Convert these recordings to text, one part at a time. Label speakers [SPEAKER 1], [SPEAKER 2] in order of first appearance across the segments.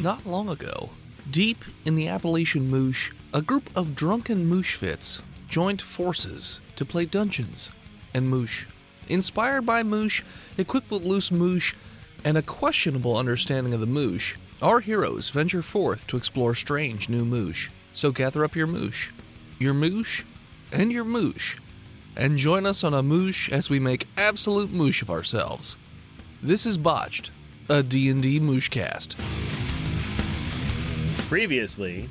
[SPEAKER 1] Not long ago, deep in the Appalachian Moosh, a group of drunken Mooshfits joined forces to play Dungeons and Moosh. Inspired by Moosh, equipped with loose Moosh, and a questionable understanding of the Moosh, our heroes venture forth to explore strange new Moosh. So gather up your Moosh, your Moosh, and your Moosh, and join us on a Moosh as we make absolute Moosh of ourselves. This is Botched, a D&D Mooshcast.
[SPEAKER 2] previously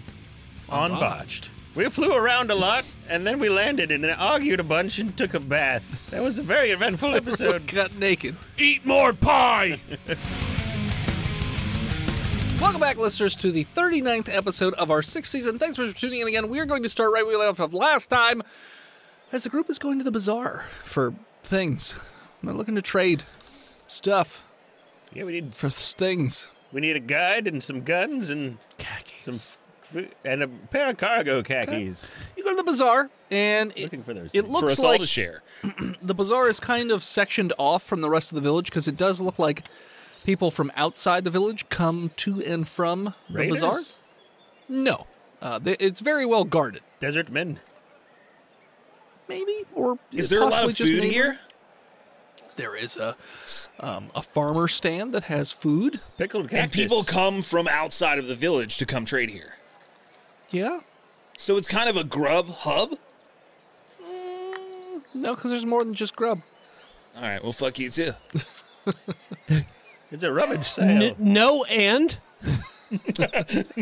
[SPEAKER 2] on
[SPEAKER 1] Botched.
[SPEAKER 2] botched. We flew around a lot, and then we landed and argued a bunch and took a bath. That was a very eventful episode.
[SPEAKER 1] Got naked.
[SPEAKER 2] Eat more pie.
[SPEAKER 1] Welcome back, listeners, to the 39th episode of our sixth season. Thanks for tuning in again. We are going to start right where we left off last time, as the group is going to the bazaar for things. They're looking to trade stuff
[SPEAKER 2] yeah, we need
[SPEAKER 1] for things.
[SPEAKER 2] we need a guide and some guns and
[SPEAKER 1] Khakis.
[SPEAKER 2] some f- food and a pair of cargo khakis.
[SPEAKER 1] you go to the bazaar, and it,
[SPEAKER 2] Looking for those.
[SPEAKER 1] it
[SPEAKER 3] for
[SPEAKER 1] looks
[SPEAKER 3] us all
[SPEAKER 1] like
[SPEAKER 3] to share.
[SPEAKER 1] the bazaar is kind of sectioned off from the rest of the village because it does look like people from outside the village come to and from
[SPEAKER 2] Raiders?
[SPEAKER 1] the bazaar. No, uh, they, it's very well guarded.
[SPEAKER 2] Desert men.
[SPEAKER 1] maybe or
[SPEAKER 3] Is there a lot
[SPEAKER 1] possibly
[SPEAKER 3] of
[SPEAKER 1] just
[SPEAKER 3] food
[SPEAKER 1] neighbor-
[SPEAKER 3] here?
[SPEAKER 1] There is a um, a farmer stand that has food.
[SPEAKER 2] Pickled
[SPEAKER 3] And
[SPEAKER 2] cactus.
[SPEAKER 3] people come from outside of the village to come trade here.
[SPEAKER 1] Yeah,
[SPEAKER 3] So it's kind of a grub hub.
[SPEAKER 1] no, because there's more than just grub.
[SPEAKER 3] All right, well, fuck you too.
[SPEAKER 2] it's a rubbish sale.
[SPEAKER 4] N- no, and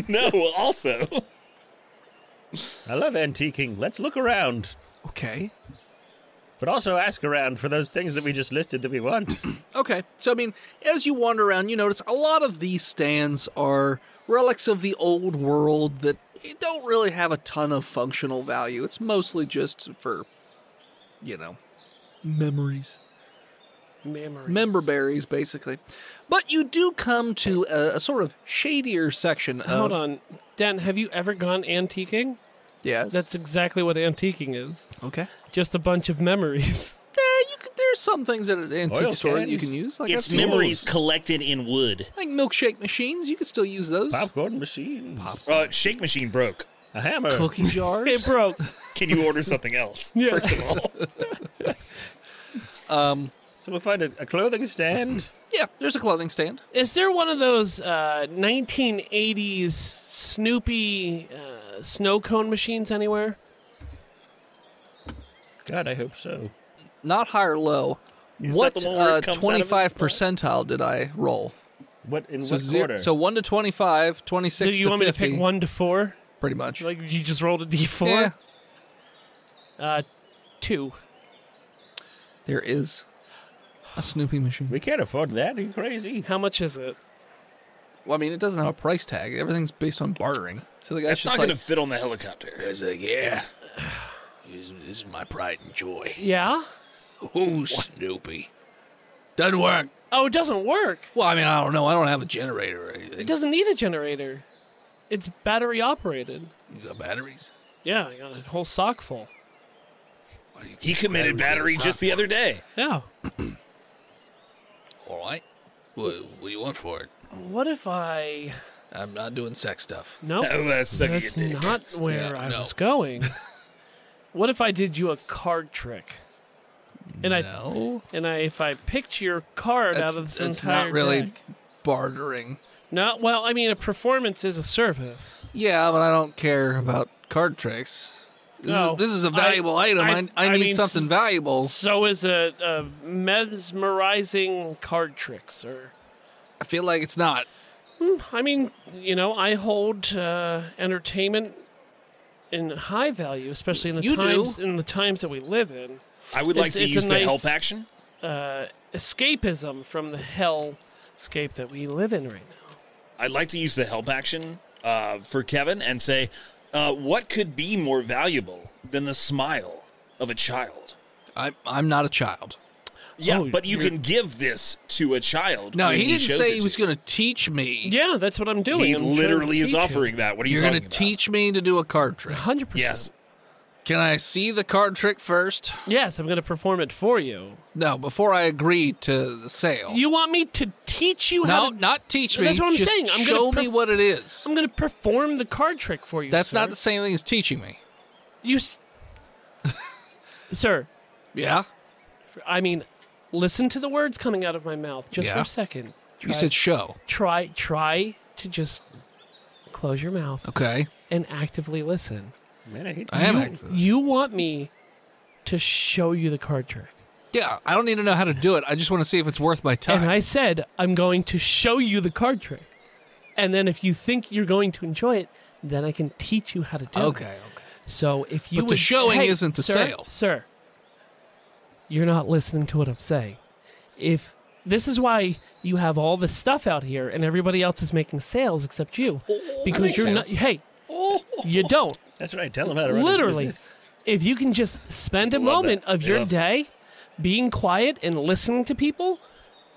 [SPEAKER 3] no, well, also.
[SPEAKER 2] I love antiquing. Let's look around,
[SPEAKER 1] Okay,
[SPEAKER 2] but also ask around for those things that we just listed that we want.
[SPEAKER 1] okay. So I mean, as you wander around, you notice a lot of these stands are relics of the old world that don't really have a ton of functional value. It's mostly just for, you know, memories.
[SPEAKER 2] Memory.
[SPEAKER 1] member berries, basically. But you do come to a, a sort of shadier section of.
[SPEAKER 4] hold on, Dan, have you ever gone antiquing?
[SPEAKER 1] Yes.
[SPEAKER 4] That's exactly what antiquing is.
[SPEAKER 1] okay.
[SPEAKER 4] Just a bunch of memories.
[SPEAKER 1] Yeah, eh, you could, there's some things at an
[SPEAKER 4] Oh,
[SPEAKER 1] antique
[SPEAKER 2] Oil
[SPEAKER 1] store that you
[SPEAKER 2] cans.
[SPEAKER 1] can use. Like I've
[SPEAKER 3] It's
[SPEAKER 1] seen-
[SPEAKER 3] memories collected in wood.
[SPEAKER 1] like milkshake machines. You could still use those.
[SPEAKER 2] Popcorn machines. Pop.
[SPEAKER 3] Uh, shake machine broke.
[SPEAKER 2] A hammer.
[SPEAKER 1] Cooking
[SPEAKER 4] It
[SPEAKER 1] jars.
[SPEAKER 4] broke.
[SPEAKER 3] Can you order something else?
[SPEAKER 4] Yeah.
[SPEAKER 3] First of all,
[SPEAKER 1] um,
[SPEAKER 2] So we'll find a, a clothing stand.
[SPEAKER 1] yeah, there's a clothing stand.
[SPEAKER 4] Is there one of those uh, 1980s Snoopy uh, snow cone machines anywhere?
[SPEAKER 2] God, I hope so.
[SPEAKER 1] Not high or low.
[SPEAKER 3] Is
[SPEAKER 1] what
[SPEAKER 3] that the one where it
[SPEAKER 1] uh,
[SPEAKER 3] comes out of a
[SPEAKER 1] 25 percentile did I roll?
[SPEAKER 2] What in
[SPEAKER 1] So,
[SPEAKER 2] what
[SPEAKER 1] zero-
[SPEAKER 2] order?
[SPEAKER 1] so 1 to 25, 26
[SPEAKER 4] so you
[SPEAKER 1] to
[SPEAKER 4] want
[SPEAKER 1] 50.
[SPEAKER 4] me to pick one to four?
[SPEAKER 1] Pretty much.
[SPEAKER 4] Like you just rolled a d4?
[SPEAKER 1] yeah,
[SPEAKER 4] Uh, two.
[SPEAKER 1] there is a Snoopy machine.
[SPEAKER 2] we can't afford that. Are you crazy?
[SPEAKER 4] How much is it?
[SPEAKER 1] Well, I mean, it doesn't have a price tag. Everything's based on bartering. So the guy's
[SPEAKER 3] that's not
[SPEAKER 1] just
[SPEAKER 3] going
[SPEAKER 1] like,
[SPEAKER 3] to fit on the helicopter.
[SPEAKER 1] he's like, yeah, this, this is my pride and joy.
[SPEAKER 4] Yeah?
[SPEAKER 1] Who's Snoopy? Doesn't work.
[SPEAKER 4] Oh, it doesn't work.
[SPEAKER 1] Well, I mean, I don't know. I don't have a generator or anything.
[SPEAKER 4] It doesn't need a generator. It's battery operated.
[SPEAKER 1] the batteries.
[SPEAKER 4] Yeah, I got a whole sock full.
[SPEAKER 3] He committed battery just the other day.
[SPEAKER 4] Yeah.
[SPEAKER 1] All right. What, what do you want for it?
[SPEAKER 4] What if I?
[SPEAKER 1] I'm not doing sex stuff.
[SPEAKER 4] No,
[SPEAKER 3] Oh, that's sucking your
[SPEAKER 4] that's
[SPEAKER 3] dick.
[SPEAKER 4] not where
[SPEAKER 1] Yeah,
[SPEAKER 4] I
[SPEAKER 1] no.
[SPEAKER 4] was going. what if I did you a card trick? And I
[SPEAKER 1] no,
[SPEAKER 4] and I if I picked your card
[SPEAKER 1] that's,
[SPEAKER 4] out of this
[SPEAKER 1] that's
[SPEAKER 4] entire
[SPEAKER 1] not really
[SPEAKER 4] deck.
[SPEAKER 1] bartering.
[SPEAKER 4] No, well, I mean a performance is a service.
[SPEAKER 1] Yeah, but I don't care about card tricks. This,
[SPEAKER 4] No,
[SPEAKER 1] is, this is a
[SPEAKER 4] I-
[SPEAKER 1] valuable item. I, I,
[SPEAKER 4] I- I
[SPEAKER 1] need
[SPEAKER 4] mean,
[SPEAKER 1] something
[SPEAKER 4] s-
[SPEAKER 1] valuable.
[SPEAKER 4] So is a, a mesmerizing card trick, sir. Hmm,
[SPEAKER 1] I feel like it's not.
[SPEAKER 4] I mean, you know, I hold uh, entertainment in high value, especially in the
[SPEAKER 1] You do.
[SPEAKER 4] times in the times that we live in.
[SPEAKER 3] I would like
[SPEAKER 4] It's-
[SPEAKER 3] to
[SPEAKER 4] it's a
[SPEAKER 3] use the
[SPEAKER 4] nice-
[SPEAKER 3] help action.
[SPEAKER 4] uh, escapism from the hellscape that we live in right now.
[SPEAKER 3] I'd like to use the help action uh, for Kevin and say, uh, what could be more valuable than the smile of a child?
[SPEAKER 1] I, I'm not a child.
[SPEAKER 3] Yeah,
[SPEAKER 4] Oh,
[SPEAKER 3] but you
[SPEAKER 4] you're-
[SPEAKER 3] can give this to a child.
[SPEAKER 1] No,
[SPEAKER 3] when
[SPEAKER 1] he didn't
[SPEAKER 3] shows
[SPEAKER 1] say
[SPEAKER 3] it
[SPEAKER 1] he was
[SPEAKER 3] to you.
[SPEAKER 1] going to teach me.
[SPEAKER 4] Yeah, that's what I'm doing.
[SPEAKER 3] He
[SPEAKER 4] I'm
[SPEAKER 3] literally
[SPEAKER 4] trying to
[SPEAKER 3] is
[SPEAKER 4] teach
[SPEAKER 3] offering that. What are you
[SPEAKER 1] You're
[SPEAKER 3] going
[SPEAKER 1] going
[SPEAKER 3] to
[SPEAKER 1] to teach me to do a card trick.
[SPEAKER 4] Hundred percent.
[SPEAKER 3] Yes.
[SPEAKER 1] Can I see the card trick first?
[SPEAKER 4] Yes, I'm going to perform it for you.
[SPEAKER 1] No, before I agree to the sale.
[SPEAKER 4] You want me to teach you how
[SPEAKER 1] no,
[SPEAKER 4] to?
[SPEAKER 1] not teach me.
[SPEAKER 4] That's what I'm
[SPEAKER 1] Just
[SPEAKER 4] saying. I'm gonna
[SPEAKER 1] show me
[SPEAKER 4] perf-
[SPEAKER 1] what it is.
[SPEAKER 4] I'm going to perform the card trick for you.
[SPEAKER 1] That's
[SPEAKER 4] sir.
[SPEAKER 1] not the same thing as teaching me.
[SPEAKER 4] you, s- sir.
[SPEAKER 1] Yeah?
[SPEAKER 4] I mean, listen to the words coming out of my mouth just for
[SPEAKER 1] Yeah.
[SPEAKER 4] a second. Try,
[SPEAKER 1] You said show.
[SPEAKER 4] try, try to just close your mouth
[SPEAKER 1] Okay.
[SPEAKER 4] and actively listen.
[SPEAKER 2] Man, I hate
[SPEAKER 1] I am
[SPEAKER 4] you,
[SPEAKER 1] active.
[SPEAKER 4] you want me to show you the card trick.
[SPEAKER 1] Yeah, I don't need to know how to do it. I just want to see if it's worth my time.
[SPEAKER 4] And I said, I'm going to show you the card trick. And then if you think you're going to enjoy it, then I can teach you how to do it.
[SPEAKER 1] okay, okay.
[SPEAKER 4] So if you
[SPEAKER 1] But the
[SPEAKER 4] would-
[SPEAKER 1] showing
[SPEAKER 4] hey,
[SPEAKER 1] isn't the
[SPEAKER 4] sir,
[SPEAKER 1] sale.
[SPEAKER 4] sir. You're not listening to what I'm saying. If this is why you have all this stuff out here and everybody else is making sales except you, because
[SPEAKER 1] Oh, makes
[SPEAKER 4] you're
[SPEAKER 1] sense.
[SPEAKER 4] not. Hey, you don't.
[SPEAKER 2] That's right. Tell them how to run a
[SPEAKER 4] Literally,
[SPEAKER 2] business.
[SPEAKER 4] if you can just spend a
[SPEAKER 3] Love
[SPEAKER 4] moment
[SPEAKER 3] that.
[SPEAKER 4] of your
[SPEAKER 3] Yeah.
[SPEAKER 4] day being quiet and listening to people,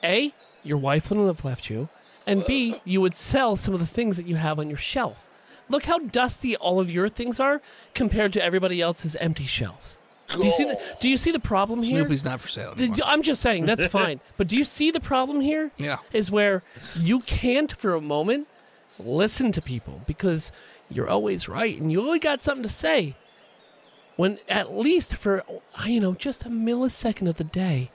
[SPEAKER 4] a your wife wouldn't have left you, and
[SPEAKER 3] Uh.
[SPEAKER 4] b you would sell some of the things that you have on your shelf. Look how dusty all of your things are compared to everybody else's empty shelves. Do you see the Do you see the problem here?
[SPEAKER 1] Snoopy's not for sale anymore.
[SPEAKER 4] The- I'm just saying that's fine, but do you see the problem here?
[SPEAKER 1] Yeah.
[SPEAKER 4] is where you can't for a moment listen to people because you're always right and you only got something to say. When at least for you know just a millisecond of the day,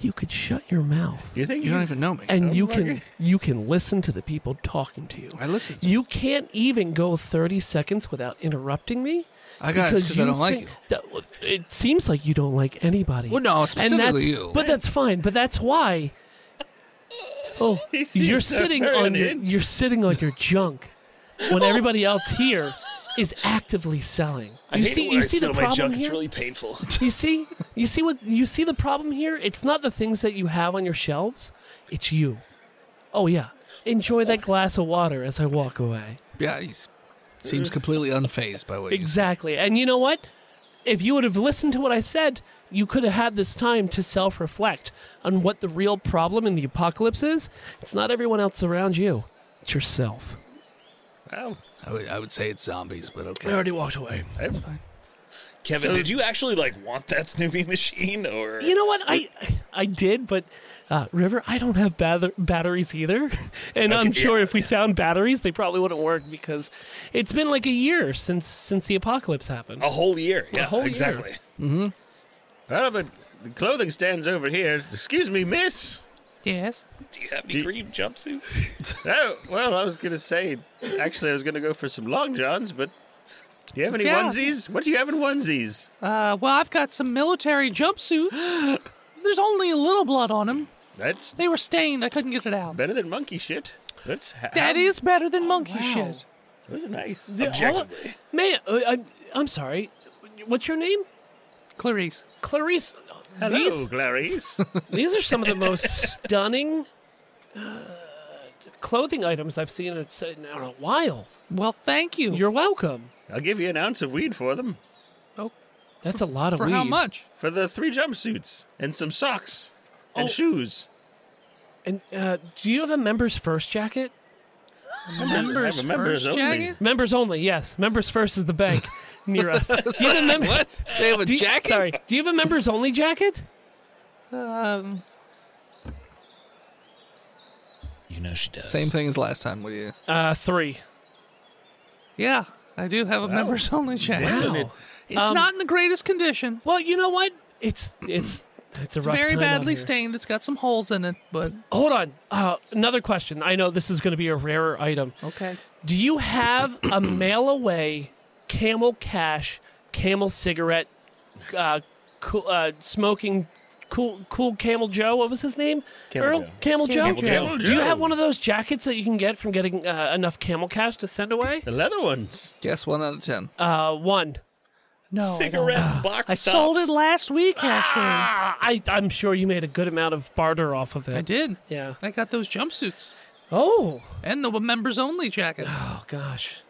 [SPEAKER 4] you could shut your mouth
[SPEAKER 2] You think
[SPEAKER 1] You don't even know me.
[SPEAKER 4] and you
[SPEAKER 2] Mugger.
[SPEAKER 4] can you can listen to the people talking to you.
[SPEAKER 1] I listen.
[SPEAKER 4] You can't even go 30 seconds without interrupting me.
[SPEAKER 1] I got it because I
[SPEAKER 4] you
[SPEAKER 1] don't like you.
[SPEAKER 4] think- that- well, it seems like you don't like anybody.
[SPEAKER 1] Well, no,
[SPEAKER 4] and that's,
[SPEAKER 1] specifically you.
[SPEAKER 4] But that's fine. But that's why. Oh,
[SPEAKER 2] seems
[SPEAKER 4] you're
[SPEAKER 2] so
[SPEAKER 4] sitting on your,
[SPEAKER 2] offended.
[SPEAKER 4] you're sitting on your junk when everybody else here is actively selling.
[SPEAKER 3] I
[SPEAKER 4] you
[SPEAKER 3] hate
[SPEAKER 4] see,
[SPEAKER 3] it when
[SPEAKER 4] you
[SPEAKER 3] I
[SPEAKER 4] see
[SPEAKER 3] sit
[SPEAKER 4] the
[SPEAKER 3] on
[SPEAKER 4] problem
[SPEAKER 3] my junk.
[SPEAKER 4] here.
[SPEAKER 3] It's really painful.
[SPEAKER 4] You see, you see what you see the problem here. It's not the things that you have on your shelves. It's you. Oh yeah, enjoy that glass of water as I walk away.
[SPEAKER 1] yeah, he seems completely unfazed by what you said.
[SPEAKER 4] Exactly. And you know what? If you would have listened to what I said, you could have had this time to self reflect on what the real problem in the apocalypse is. It's not everyone else around you, it's yourself.
[SPEAKER 2] Wow.
[SPEAKER 1] I would, I would say it's zombies, but okay.
[SPEAKER 4] I already walked away.
[SPEAKER 2] That's fine.
[SPEAKER 3] Kevin, did you actually like want that Snoopy machine or
[SPEAKER 4] You know what? I I did, but uh, River, I don't have bather- batteries either, and I'm
[SPEAKER 3] Okay,
[SPEAKER 4] sure
[SPEAKER 3] yeah,
[SPEAKER 4] if we found batteries, they probably wouldn't work because it's been like a year since since the apocalypse happened.
[SPEAKER 3] a whole year? Yeah,
[SPEAKER 4] whole year.
[SPEAKER 3] exactly.
[SPEAKER 2] Well, the, the clothing stand's over here. Excuse me, miss.
[SPEAKER 4] Yes.
[SPEAKER 3] Do you have any green jumpsuits?
[SPEAKER 2] Oh, well, I was going to say, actually, I was going to go for some long johns, but do you have any
[SPEAKER 1] Yeah.
[SPEAKER 2] onesies? What do you have in onesies?
[SPEAKER 1] Uh, well, I've got some military jumpsuits. There's only a little blood on them.
[SPEAKER 2] That's
[SPEAKER 1] They were stained. I couldn't get it out.
[SPEAKER 2] better than monkey shit. That's ha-
[SPEAKER 1] That is better than monkey shit.
[SPEAKER 2] Those are nice.
[SPEAKER 3] Objectively.
[SPEAKER 4] Man, uh, I'm, I'm sorry. What's your name?
[SPEAKER 1] Clarice.
[SPEAKER 4] Clarice. uh,
[SPEAKER 2] Hello,
[SPEAKER 4] These,
[SPEAKER 2] Clarice.
[SPEAKER 4] these are some of the most stunning uh, clothing items I've seen in, in a while.
[SPEAKER 1] Well, thank you.
[SPEAKER 4] You're welcome.
[SPEAKER 2] I'll give you an ounce of weed for them.
[SPEAKER 4] That's a lot of
[SPEAKER 1] For how
[SPEAKER 4] weed.
[SPEAKER 1] much?
[SPEAKER 2] For the three jumpsuits and some socks and
[SPEAKER 4] Oh.
[SPEAKER 2] shoes.
[SPEAKER 4] And uh, do you have a members first jacket?
[SPEAKER 1] Members,
[SPEAKER 2] I have a members
[SPEAKER 1] first
[SPEAKER 2] only.
[SPEAKER 1] jacket?
[SPEAKER 4] Members only, yes. Members first is the bank near us. Do you have a mem-
[SPEAKER 1] What? They have a
[SPEAKER 4] do you-
[SPEAKER 1] jacket?
[SPEAKER 4] Sorry, do you have a members only jacket?
[SPEAKER 1] Um,
[SPEAKER 3] You know she does.
[SPEAKER 1] same thing as last time. What do you?
[SPEAKER 4] Uh, three.
[SPEAKER 1] Yeah, I do have a members only jacket.
[SPEAKER 4] Wow.
[SPEAKER 1] It's
[SPEAKER 4] Um,
[SPEAKER 1] not in the greatest condition.
[SPEAKER 4] Well, you know what? It's it's it's a
[SPEAKER 1] It's
[SPEAKER 4] rough
[SPEAKER 1] very
[SPEAKER 4] time out
[SPEAKER 1] badly
[SPEAKER 4] here.
[SPEAKER 1] stained. It's got some holes in it, but
[SPEAKER 4] Hold on. Uh, another question. I know this is going to be a rarer item.
[SPEAKER 1] okay.
[SPEAKER 4] Do you have a mail away Camel Cash Camel cigarette uh, cool, uh, smoking cool cool Camel Joe? What was his name?
[SPEAKER 2] Camel
[SPEAKER 4] Earl?
[SPEAKER 2] Joe.
[SPEAKER 1] Camel
[SPEAKER 4] Camel, Joe?
[SPEAKER 1] Joe.
[SPEAKER 2] Camel
[SPEAKER 4] Do you
[SPEAKER 2] Joe.
[SPEAKER 4] have one of those jackets that you can get from getting uh, enough Camel Cash to send away?
[SPEAKER 2] The leather ones.
[SPEAKER 1] Guess one out of ten.
[SPEAKER 4] Uh, one.
[SPEAKER 1] No,
[SPEAKER 5] Oh,
[SPEAKER 1] I don't.
[SPEAKER 3] Cigarette box
[SPEAKER 1] I
[SPEAKER 3] tops.
[SPEAKER 1] sold it last week. Actually,
[SPEAKER 4] Ah, I, I'm sure you made a good amount of barter off of it.
[SPEAKER 1] I did.
[SPEAKER 4] Yeah.
[SPEAKER 1] I got those jumpsuits
[SPEAKER 4] Oh.
[SPEAKER 1] and the members only jacket.
[SPEAKER 4] Oh gosh.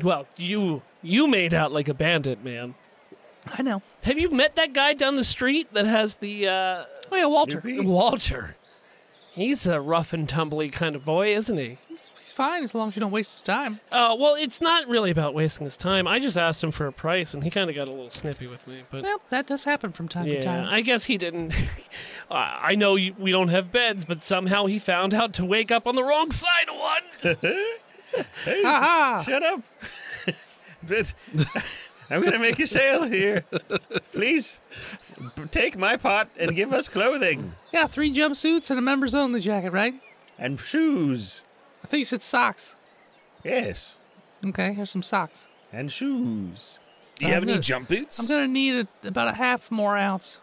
[SPEAKER 4] Well, you you made out like a bandit, man.
[SPEAKER 1] I know.
[SPEAKER 4] Have you met that guy down the street that has the uh,
[SPEAKER 1] Oh yeah, Walter.
[SPEAKER 2] Snoopy?
[SPEAKER 4] Walter? He's a rough and tumbly kind of boy, isn't he?
[SPEAKER 5] He's, he's fine as long as you don't waste his time.
[SPEAKER 4] Uh, well, it's not really about wasting his time. I just asked him for a price, and he kind of got a little snippy with me. But
[SPEAKER 5] Well, that does happen from time to
[SPEAKER 4] yeah,
[SPEAKER 5] time.
[SPEAKER 4] I guess he didn't. I I know you, we don't have beds, but somehow he found out to wake up on the wrong side of one.
[SPEAKER 5] Aha!
[SPEAKER 2] Shut up. But- I'm going to make a sale here. Please b- take my pot and give us clothing
[SPEAKER 5] Yeah, three jumpsuits and a members only jacket, right?
[SPEAKER 2] and shoes.
[SPEAKER 5] I think you said socks.
[SPEAKER 2] Yes,
[SPEAKER 5] Okay, here's some socks.
[SPEAKER 2] and shoes.
[SPEAKER 3] Do you have any
[SPEAKER 5] gonna-
[SPEAKER 3] jump boots?
[SPEAKER 5] I'm gonna need a, about a half more ounce.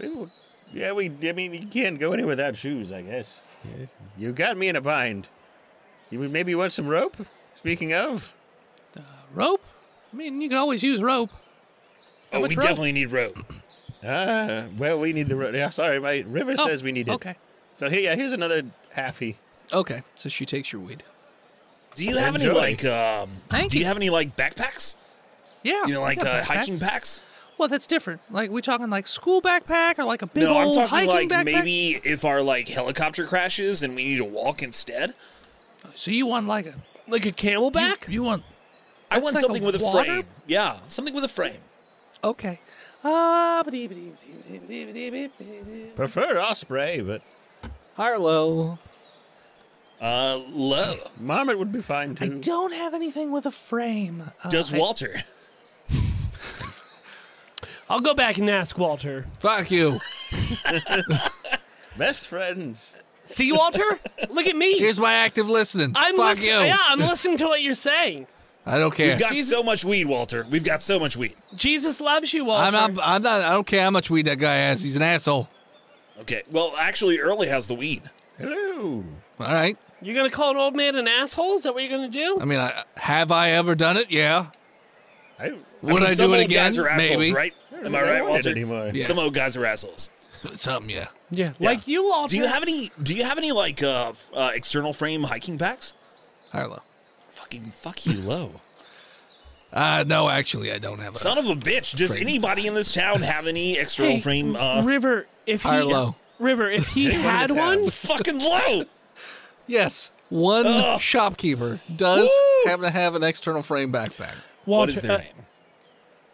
[SPEAKER 2] We will- Yeah, we. I mean, you can't go anywhere without shoes, I guess. You got me in a bind. You would maybe want some rope? Speaking of,
[SPEAKER 5] Rope? I mean, you can always use rope.
[SPEAKER 3] oh, we
[SPEAKER 5] much rope?
[SPEAKER 3] definitely need rope.
[SPEAKER 2] ah, well, we need the rope. Yeah, sorry, my river
[SPEAKER 5] Oh,
[SPEAKER 2] says we need it.
[SPEAKER 5] Okay.
[SPEAKER 2] So here, yeah, here's another halfie.
[SPEAKER 1] Okay, so she takes your weed.
[SPEAKER 3] Do you have any
[SPEAKER 2] Enjoy.
[SPEAKER 3] like um?
[SPEAKER 5] Thank
[SPEAKER 3] do you
[SPEAKER 5] you.
[SPEAKER 3] have any like backpacks?
[SPEAKER 5] Yeah.
[SPEAKER 3] You know, like
[SPEAKER 5] yeah,
[SPEAKER 3] uh,
[SPEAKER 5] backpacks.
[SPEAKER 3] hiking packs?
[SPEAKER 5] Well, that's different. Like, we talking like school backpack or like a big
[SPEAKER 3] No, I'm
[SPEAKER 5] old
[SPEAKER 3] talking
[SPEAKER 5] hiking
[SPEAKER 3] like
[SPEAKER 5] backpack?
[SPEAKER 3] maybe if our like helicopter crashes and we need to walk instead.
[SPEAKER 5] So you want like a
[SPEAKER 4] like a camelback?
[SPEAKER 5] You, you want?
[SPEAKER 3] I
[SPEAKER 5] That's
[SPEAKER 3] want
[SPEAKER 5] like a
[SPEAKER 3] something with a
[SPEAKER 5] water-
[SPEAKER 3] frame. Yeah, something with a frame.
[SPEAKER 5] Okay. Ah, ba-dee, ba-dee, ba-dee, ba-dee, ba-dee, ba-dee, ba-dee.
[SPEAKER 2] Prefer osprey, but
[SPEAKER 4] Harlow.
[SPEAKER 3] Uh, low.
[SPEAKER 2] marmot would be fine too.
[SPEAKER 5] I don't have anything with a frame. Uh,
[SPEAKER 3] Does
[SPEAKER 5] I-
[SPEAKER 3] Walter?
[SPEAKER 4] I'll go back and ask Walter.
[SPEAKER 1] Fuck you.
[SPEAKER 2] Best friends.
[SPEAKER 4] See, Walter? Look at me.
[SPEAKER 1] Here's my active listening.
[SPEAKER 4] I'm
[SPEAKER 1] Fuck
[SPEAKER 4] listen-
[SPEAKER 1] you.
[SPEAKER 4] Yeah, I'm listening to what you're saying.
[SPEAKER 1] I don't care.
[SPEAKER 3] We've got so much weed, Walter. We've got so much weed.
[SPEAKER 4] Jesus loves you, Walter.
[SPEAKER 1] I'm not. I'm not. I don't care how much weed that guy has. He's an asshole.
[SPEAKER 3] Okay. Well, actually, Early has the weed.
[SPEAKER 2] Hello.
[SPEAKER 1] All right.
[SPEAKER 4] You're gonna call an old man an asshole? Is that what you're gonna do?
[SPEAKER 1] I mean, I, have I ever done it? Yeah.
[SPEAKER 2] I,
[SPEAKER 1] Would I,
[SPEAKER 3] mean,
[SPEAKER 1] do
[SPEAKER 3] some
[SPEAKER 1] it
[SPEAKER 3] old
[SPEAKER 1] again?
[SPEAKER 3] Guys are assholes,
[SPEAKER 1] Maybe.
[SPEAKER 3] right? Am I
[SPEAKER 2] don't want
[SPEAKER 3] right,
[SPEAKER 2] it
[SPEAKER 3] Walter?
[SPEAKER 2] anymore.
[SPEAKER 1] Yes.
[SPEAKER 3] Some old guys are assholes.
[SPEAKER 1] Something. Yeah.
[SPEAKER 4] Yeah, like you,
[SPEAKER 3] Do
[SPEAKER 4] Walter.
[SPEAKER 3] you have any? Do you have any like uh, f- uh external frame hiking packs?
[SPEAKER 1] Harlow.
[SPEAKER 3] Fucking fuck you, low.
[SPEAKER 1] Uh, no, actually, I don't have a
[SPEAKER 3] Son of a bitch! Does anybody in this town have any external
[SPEAKER 4] Hey,
[SPEAKER 3] frame? Uh,
[SPEAKER 4] River? If he
[SPEAKER 1] Harlow.
[SPEAKER 4] River, if he had
[SPEAKER 2] in town.
[SPEAKER 4] one,
[SPEAKER 3] fucking low.
[SPEAKER 1] Yes, one
[SPEAKER 3] Ugh.
[SPEAKER 1] shopkeeper does
[SPEAKER 3] Woo!
[SPEAKER 1] happen to have an external frame backpack.
[SPEAKER 4] Walter.
[SPEAKER 3] What is their
[SPEAKER 4] uh,
[SPEAKER 3] name?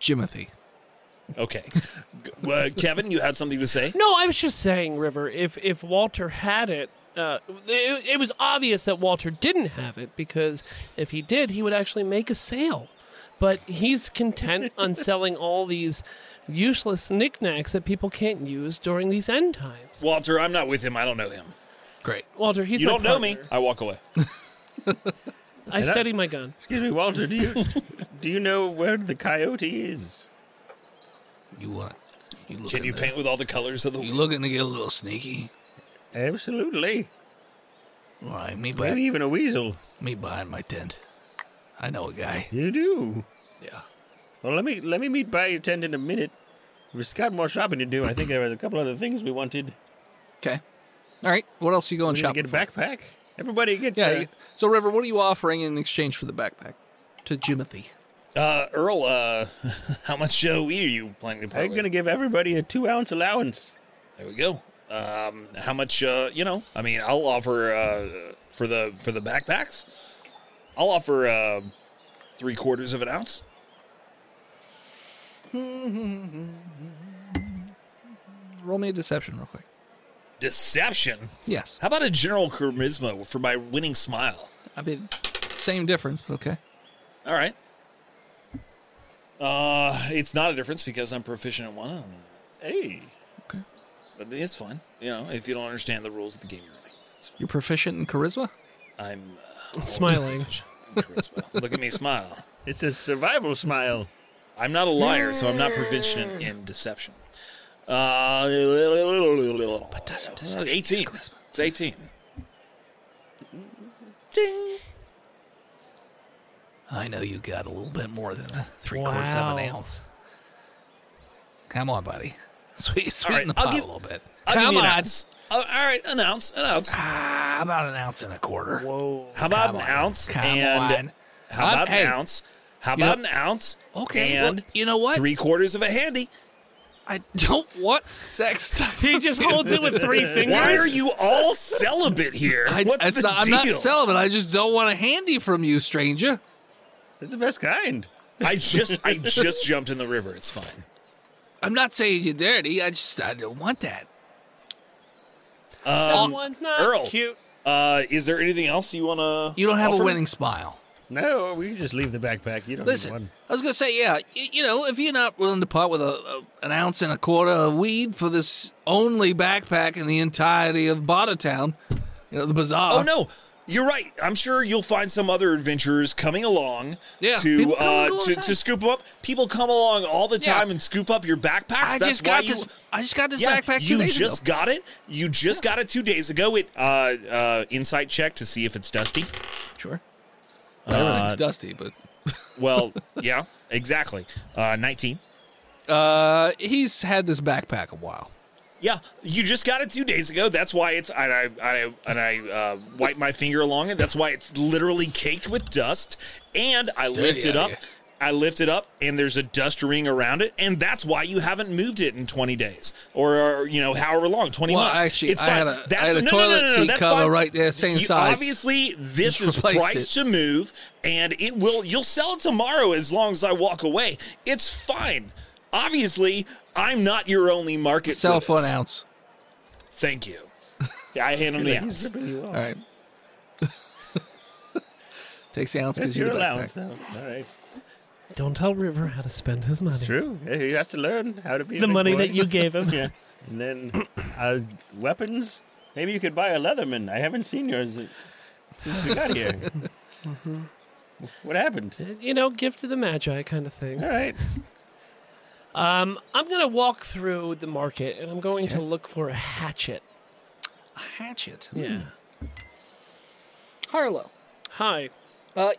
[SPEAKER 1] Jimothy.
[SPEAKER 3] Okay. G- uh, Kevin, you had something to say?
[SPEAKER 4] No, I was just saying, River. If if Walter had it, uh, it, it was obvious that Walter didn't have it because if he did, he would actually make a sale. But he's content on selling all these useless knickknacks that people can't use during these end times.
[SPEAKER 3] Walter, I'm not with him. I don't know him.
[SPEAKER 1] Great.
[SPEAKER 4] Walter, he's
[SPEAKER 3] You
[SPEAKER 4] my
[SPEAKER 3] don't know me.
[SPEAKER 4] partner.
[SPEAKER 3] I walk away.
[SPEAKER 4] I study my gun.
[SPEAKER 2] Excuse me, Walter. Do you do you know where the coyote is?
[SPEAKER 1] You want? You looking
[SPEAKER 3] Can you
[SPEAKER 1] to-
[SPEAKER 3] paint with all the colors of the
[SPEAKER 1] You
[SPEAKER 3] weed?
[SPEAKER 1] looking to get a little sneaky?
[SPEAKER 2] Absolutely.
[SPEAKER 1] All right, me
[SPEAKER 2] Maybe
[SPEAKER 1] behind,
[SPEAKER 2] even a weasel.
[SPEAKER 1] me behind my tent. I know a guy.
[SPEAKER 2] You do.
[SPEAKER 1] Yeah.
[SPEAKER 2] Well, let me let me meet by your tent in a minute. We've got more shopping to do. I think there was a couple other things we wanted.
[SPEAKER 1] Okay. All right. What else are you going
[SPEAKER 2] We need to
[SPEAKER 1] shopping?
[SPEAKER 2] get a backpack. Everybody gets.
[SPEAKER 1] yeah.
[SPEAKER 2] Yeah,
[SPEAKER 1] you- so, River, what are you offering in exchange for the backpack? To Jimothy.
[SPEAKER 3] Uh, Earl, uh, how much uh, weed are you planning to part
[SPEAKER 2] I'm
[SPEAKER 3] with?
[SPEAKER 2] gonna give everybody a two ounce allowance.
[SPEAKER 3] There we go. Um, how much? Uh, you know, I mean, I'll offer uh, for the for the backpacks. I'll offer uh, three quarters of an ounce.
[SPEAKER 1] Roll me a deception real quick.
[SPEAKER 3] Deception.
[SPEAKER 1] Yes.
[SPEAKER 3] How about a general charisma for my winning smile?
[SPEAKER 1] I mean, same difference, but okay.
[SPEAKER 3] All right. Uh, it's not a difference because I'm proficient at one, of them,
[SPEAKER 2] Hey,
[SPEAKER 3] but it's fine. You know, if you don't understand the rules of the game you're running, it's fine.
[SPEAKER 1] You're proficient in charisma.
[SPEAKER 3] I'm uh,
[SPEAKER 4] Smiling.
[SPEAKER 3] charisma. Look at me smile.
[SPEAKER 2] it's a survival smile.
[SPEAKER 3] I'm not a liar, so I'm not proficient in deception. Uh, but doesn't deception 18. It's 18. Ding.
[SPEAKER 1] I know you got a little bit more than a three quarters of an
[SPEAKER 4] Wow.
[SPEAKER 1] ounce. Come on, buddy. Sweet,
[SPEAKER 3] All
[SPEAKER 1] sweeten
[SPEAKER 3] right,
[SPEAKER 1] the
[SPEAKER 3] I'll
[SPEAKER 1] pot
[SPEAKER 3] give-
[SPEAKER 1] a little bit.
[SPEAKER 3] I'll give
[SPEAKER 1] Come
[SPEAKER 3] you an
[SPEAKER 1] on.
[SPEAKER 3] ounce. Oh, all right, an ounce, an ounce.
[SPEAKER 1] Ah, about an ounce and a quarter.
[SPEAKER 4] Whoa.
[SPEAKER 3] How about
[SPEAKER 1] Come
[SPEAKER 3] an
[SPEAKER 1] on.
[SPEAKER 3] ounce
[SPEAKER 1] Come
[SPEAKER 3] and
[SPEAKER 1] on.
[SPEAKER 3] how
[SPEAKER 1] I'm-
[SPEAKER 3] about
[SPEAKER 1] hey,
[SPEAKER 3] an ounce? How
[SPEAKER 1] you know-
[SPEAKER 3] about an ounce
[SPEAKER 1] Okay. well,
[SPEAKER 3] and
[SPEAKER 1] you know what?
[SPEAKER 3] three quarters of a handy?
[SPEAKER 1] I don't want sex to.
[SPEAKER 4] He just holds it with three fingers.
[SPEAKER 3] Why are you all celibate here?
[SPEAKER 1] I,
[SPEAKER 3] What's
[SPEAKER 1] it's
[SPEAKER 3] the
[SPEAKER 1] not, I'm
[SPEAKER 3] deal?
[SPEAKER 1] not celibate. I just don't want a handy from you, stranger.
[SPEAKER 2] It's the best kind.
[SPEAKER 3] I just I just jumped in the river. It's fine.
[SPEAKER 1] I'm not saying you're dirty. I just I don't want that.
[SPEAKER 3] Um,
[SPEAKER 4] Someone's not
[SPEAKER 3] Earl.
[SPEAKER 4] cute.
[SPEAKER 3] uh, is there anything else you want to?
[SPEAKER 1] You don't have a winning smile.
[SPEAKER 2] No, we can just leave the backpack. You don't need
[SPEAKER 1] Listen,
[SPEAKER 2] one.
[SPEAKER 1] I was gonna say, yeah, you, you know, if you're not willing to part with a, a an ounce and a quarter of weed for this only backpack in the entirety of Bottertown, you know, the bazaar.
[SPEAKER 3] Oh no, you're right. I'm sure you'll find some other adventurers coming along
[SPEAKER 1] Yeah,
[SPEAKER 3] to
[SPEAKER 1] people come along
[SPEAKER 3] uh,
[SPEAKER 1] all the
[SPEAKER 3] to,
[SPEAKER 1] time.
[SPEAKER 3] to scoop up. People come along all the
[SPEAKER 1] Yeah.
[SPEAKER 3] time and scoop up your backpacks.
[SPEAKER 1] I
[SPEAKER 3] That's
[SPEAKER 1] just
[SPEAKER 3] why
[SPEAKER 1] got
[SPEAKER 3] you,
[SPEAKER 1] this. I just got this
[SPEAKER 3] Yeah,
[SPEAKER 1] backpack two
[SPEAKER 3] you
[SPEAKER 1] days
[SPEAKER 3] just
[SPEAKER 1] ago.
[SPEAKER 3] got it. You just got it two days ago. It uh, uh, insight check to see if it's dusty.
[SPEAKER 1] Sure,
[SPEAKER 3] Uh,
[SPEAKER 1] everything's dusty, but
[SPEAKER 3] Well, yeah, exactly. Uh, Nineteen.
[SPEAKER 1] uh, he's had this backpack a while.
[SPEAKER 3] Yeah, you just got it two days ago. That's why it's and I I and I uh, wipe my finger along it. That's why it's literally caked with dust. And I
[SPEAKER 1] dirty
[SPEAKER 3] lift
[SPEAKER 1] out
[SPEAKER 3] it up.
[SPEAKER 1] here.
[SPEAKER 3] I lift it up, and there's a dust ring around it, and that's why you haven't moved it in 20 days or, or, you know however long, 20
[SPEAKER 1] Well,
[SPEAKER 3] months.
[SPEAKER 1] actually,
[SPEAKER 3] it's
[SPEAKER 1] I
[SPEAKER 3] fine.
[SPEAKER 1] had a- I
[SPEAKER 3] that's
[SPEAKER 1] had a
[SPEAKER 3] no, no, no,
[SPEAKER 1] toilet
[SPEAKER 3] no, no,
[SPEAKER 1] seat
[SPEAKER 3] that's
[SPEAKER 1] cover
[SPEAKER 3] fine.
[SPEAKER 1] right there, same
[SPEAKER 3] You-
[SPEAKER 1] size.
[SPEAKER 3] Obviously, this
[SPEAKER 1] Just
[SPEAKER 3] is
[SPEAKER 1] replaced
[SPEAKER 3] priced
[SPEAKER 1] it.
[SPEAKER 3] to move, and it will. You'll sell it tomorrow as long as I walk away. It's fine. Obviously, I'm not your only market.
[SPEAKER 1] Sell
[SPEAKER 3] for
[SPEAKER 1] for an
[SPEAKER 3] this.
[SPEAKER 1] ounce.
[SPEAKER 3] Thank you. Yeah, I hand him the
[SPEAKER 2] Like, he's
[SPEAKER 3] ounce.
[SPEAKER 2] ripping you
[SPEAKER 1] All
[SPEAKER 2] off.
[SPEAKER 1] right. Takes the ounce
[SPEAKER 2] That's
[SPEAKER 1] because you
[SPEAKER 2] your
[SPEAKER 1] the
[SPEAKER 2] allowance,
[SPEAKER 1] backpack.
[SPEAKER 2] though. All right.
[SPEAKER 4] Don't tell River how to spend his money.
[SPEAKER 2] It's true. Yeah, He has to learn how to be a
[SPEAKER 4] The
[SPEAKER 2] big
[SPEAKER 4] money
[SPEAKER 2] boy.
[SPEAKER 4] that you gave him.
[SPEAKER 2] Yeah. And then uh, weapons. Maybe you could buy a Leatherman. I haven't seen yours since we got here.
[SPEAKER 4] Mm-hmm.
[SPEAKER 2] What happened?
[SPEAKER 4] You know, gift to the magi kind of thing.
[SPEAKER 2] All right.
[SPEAKER 4] Um, I'm gonna walk through the market and I'm going to look for a hatchet.
[SPEAKER 1] A hatchet.
[SPEAKER 4] Yeah.
[SPEAKER 1] Harlow.
[SPEAKER 4] Hi.
[SPEAKER 1] Uh,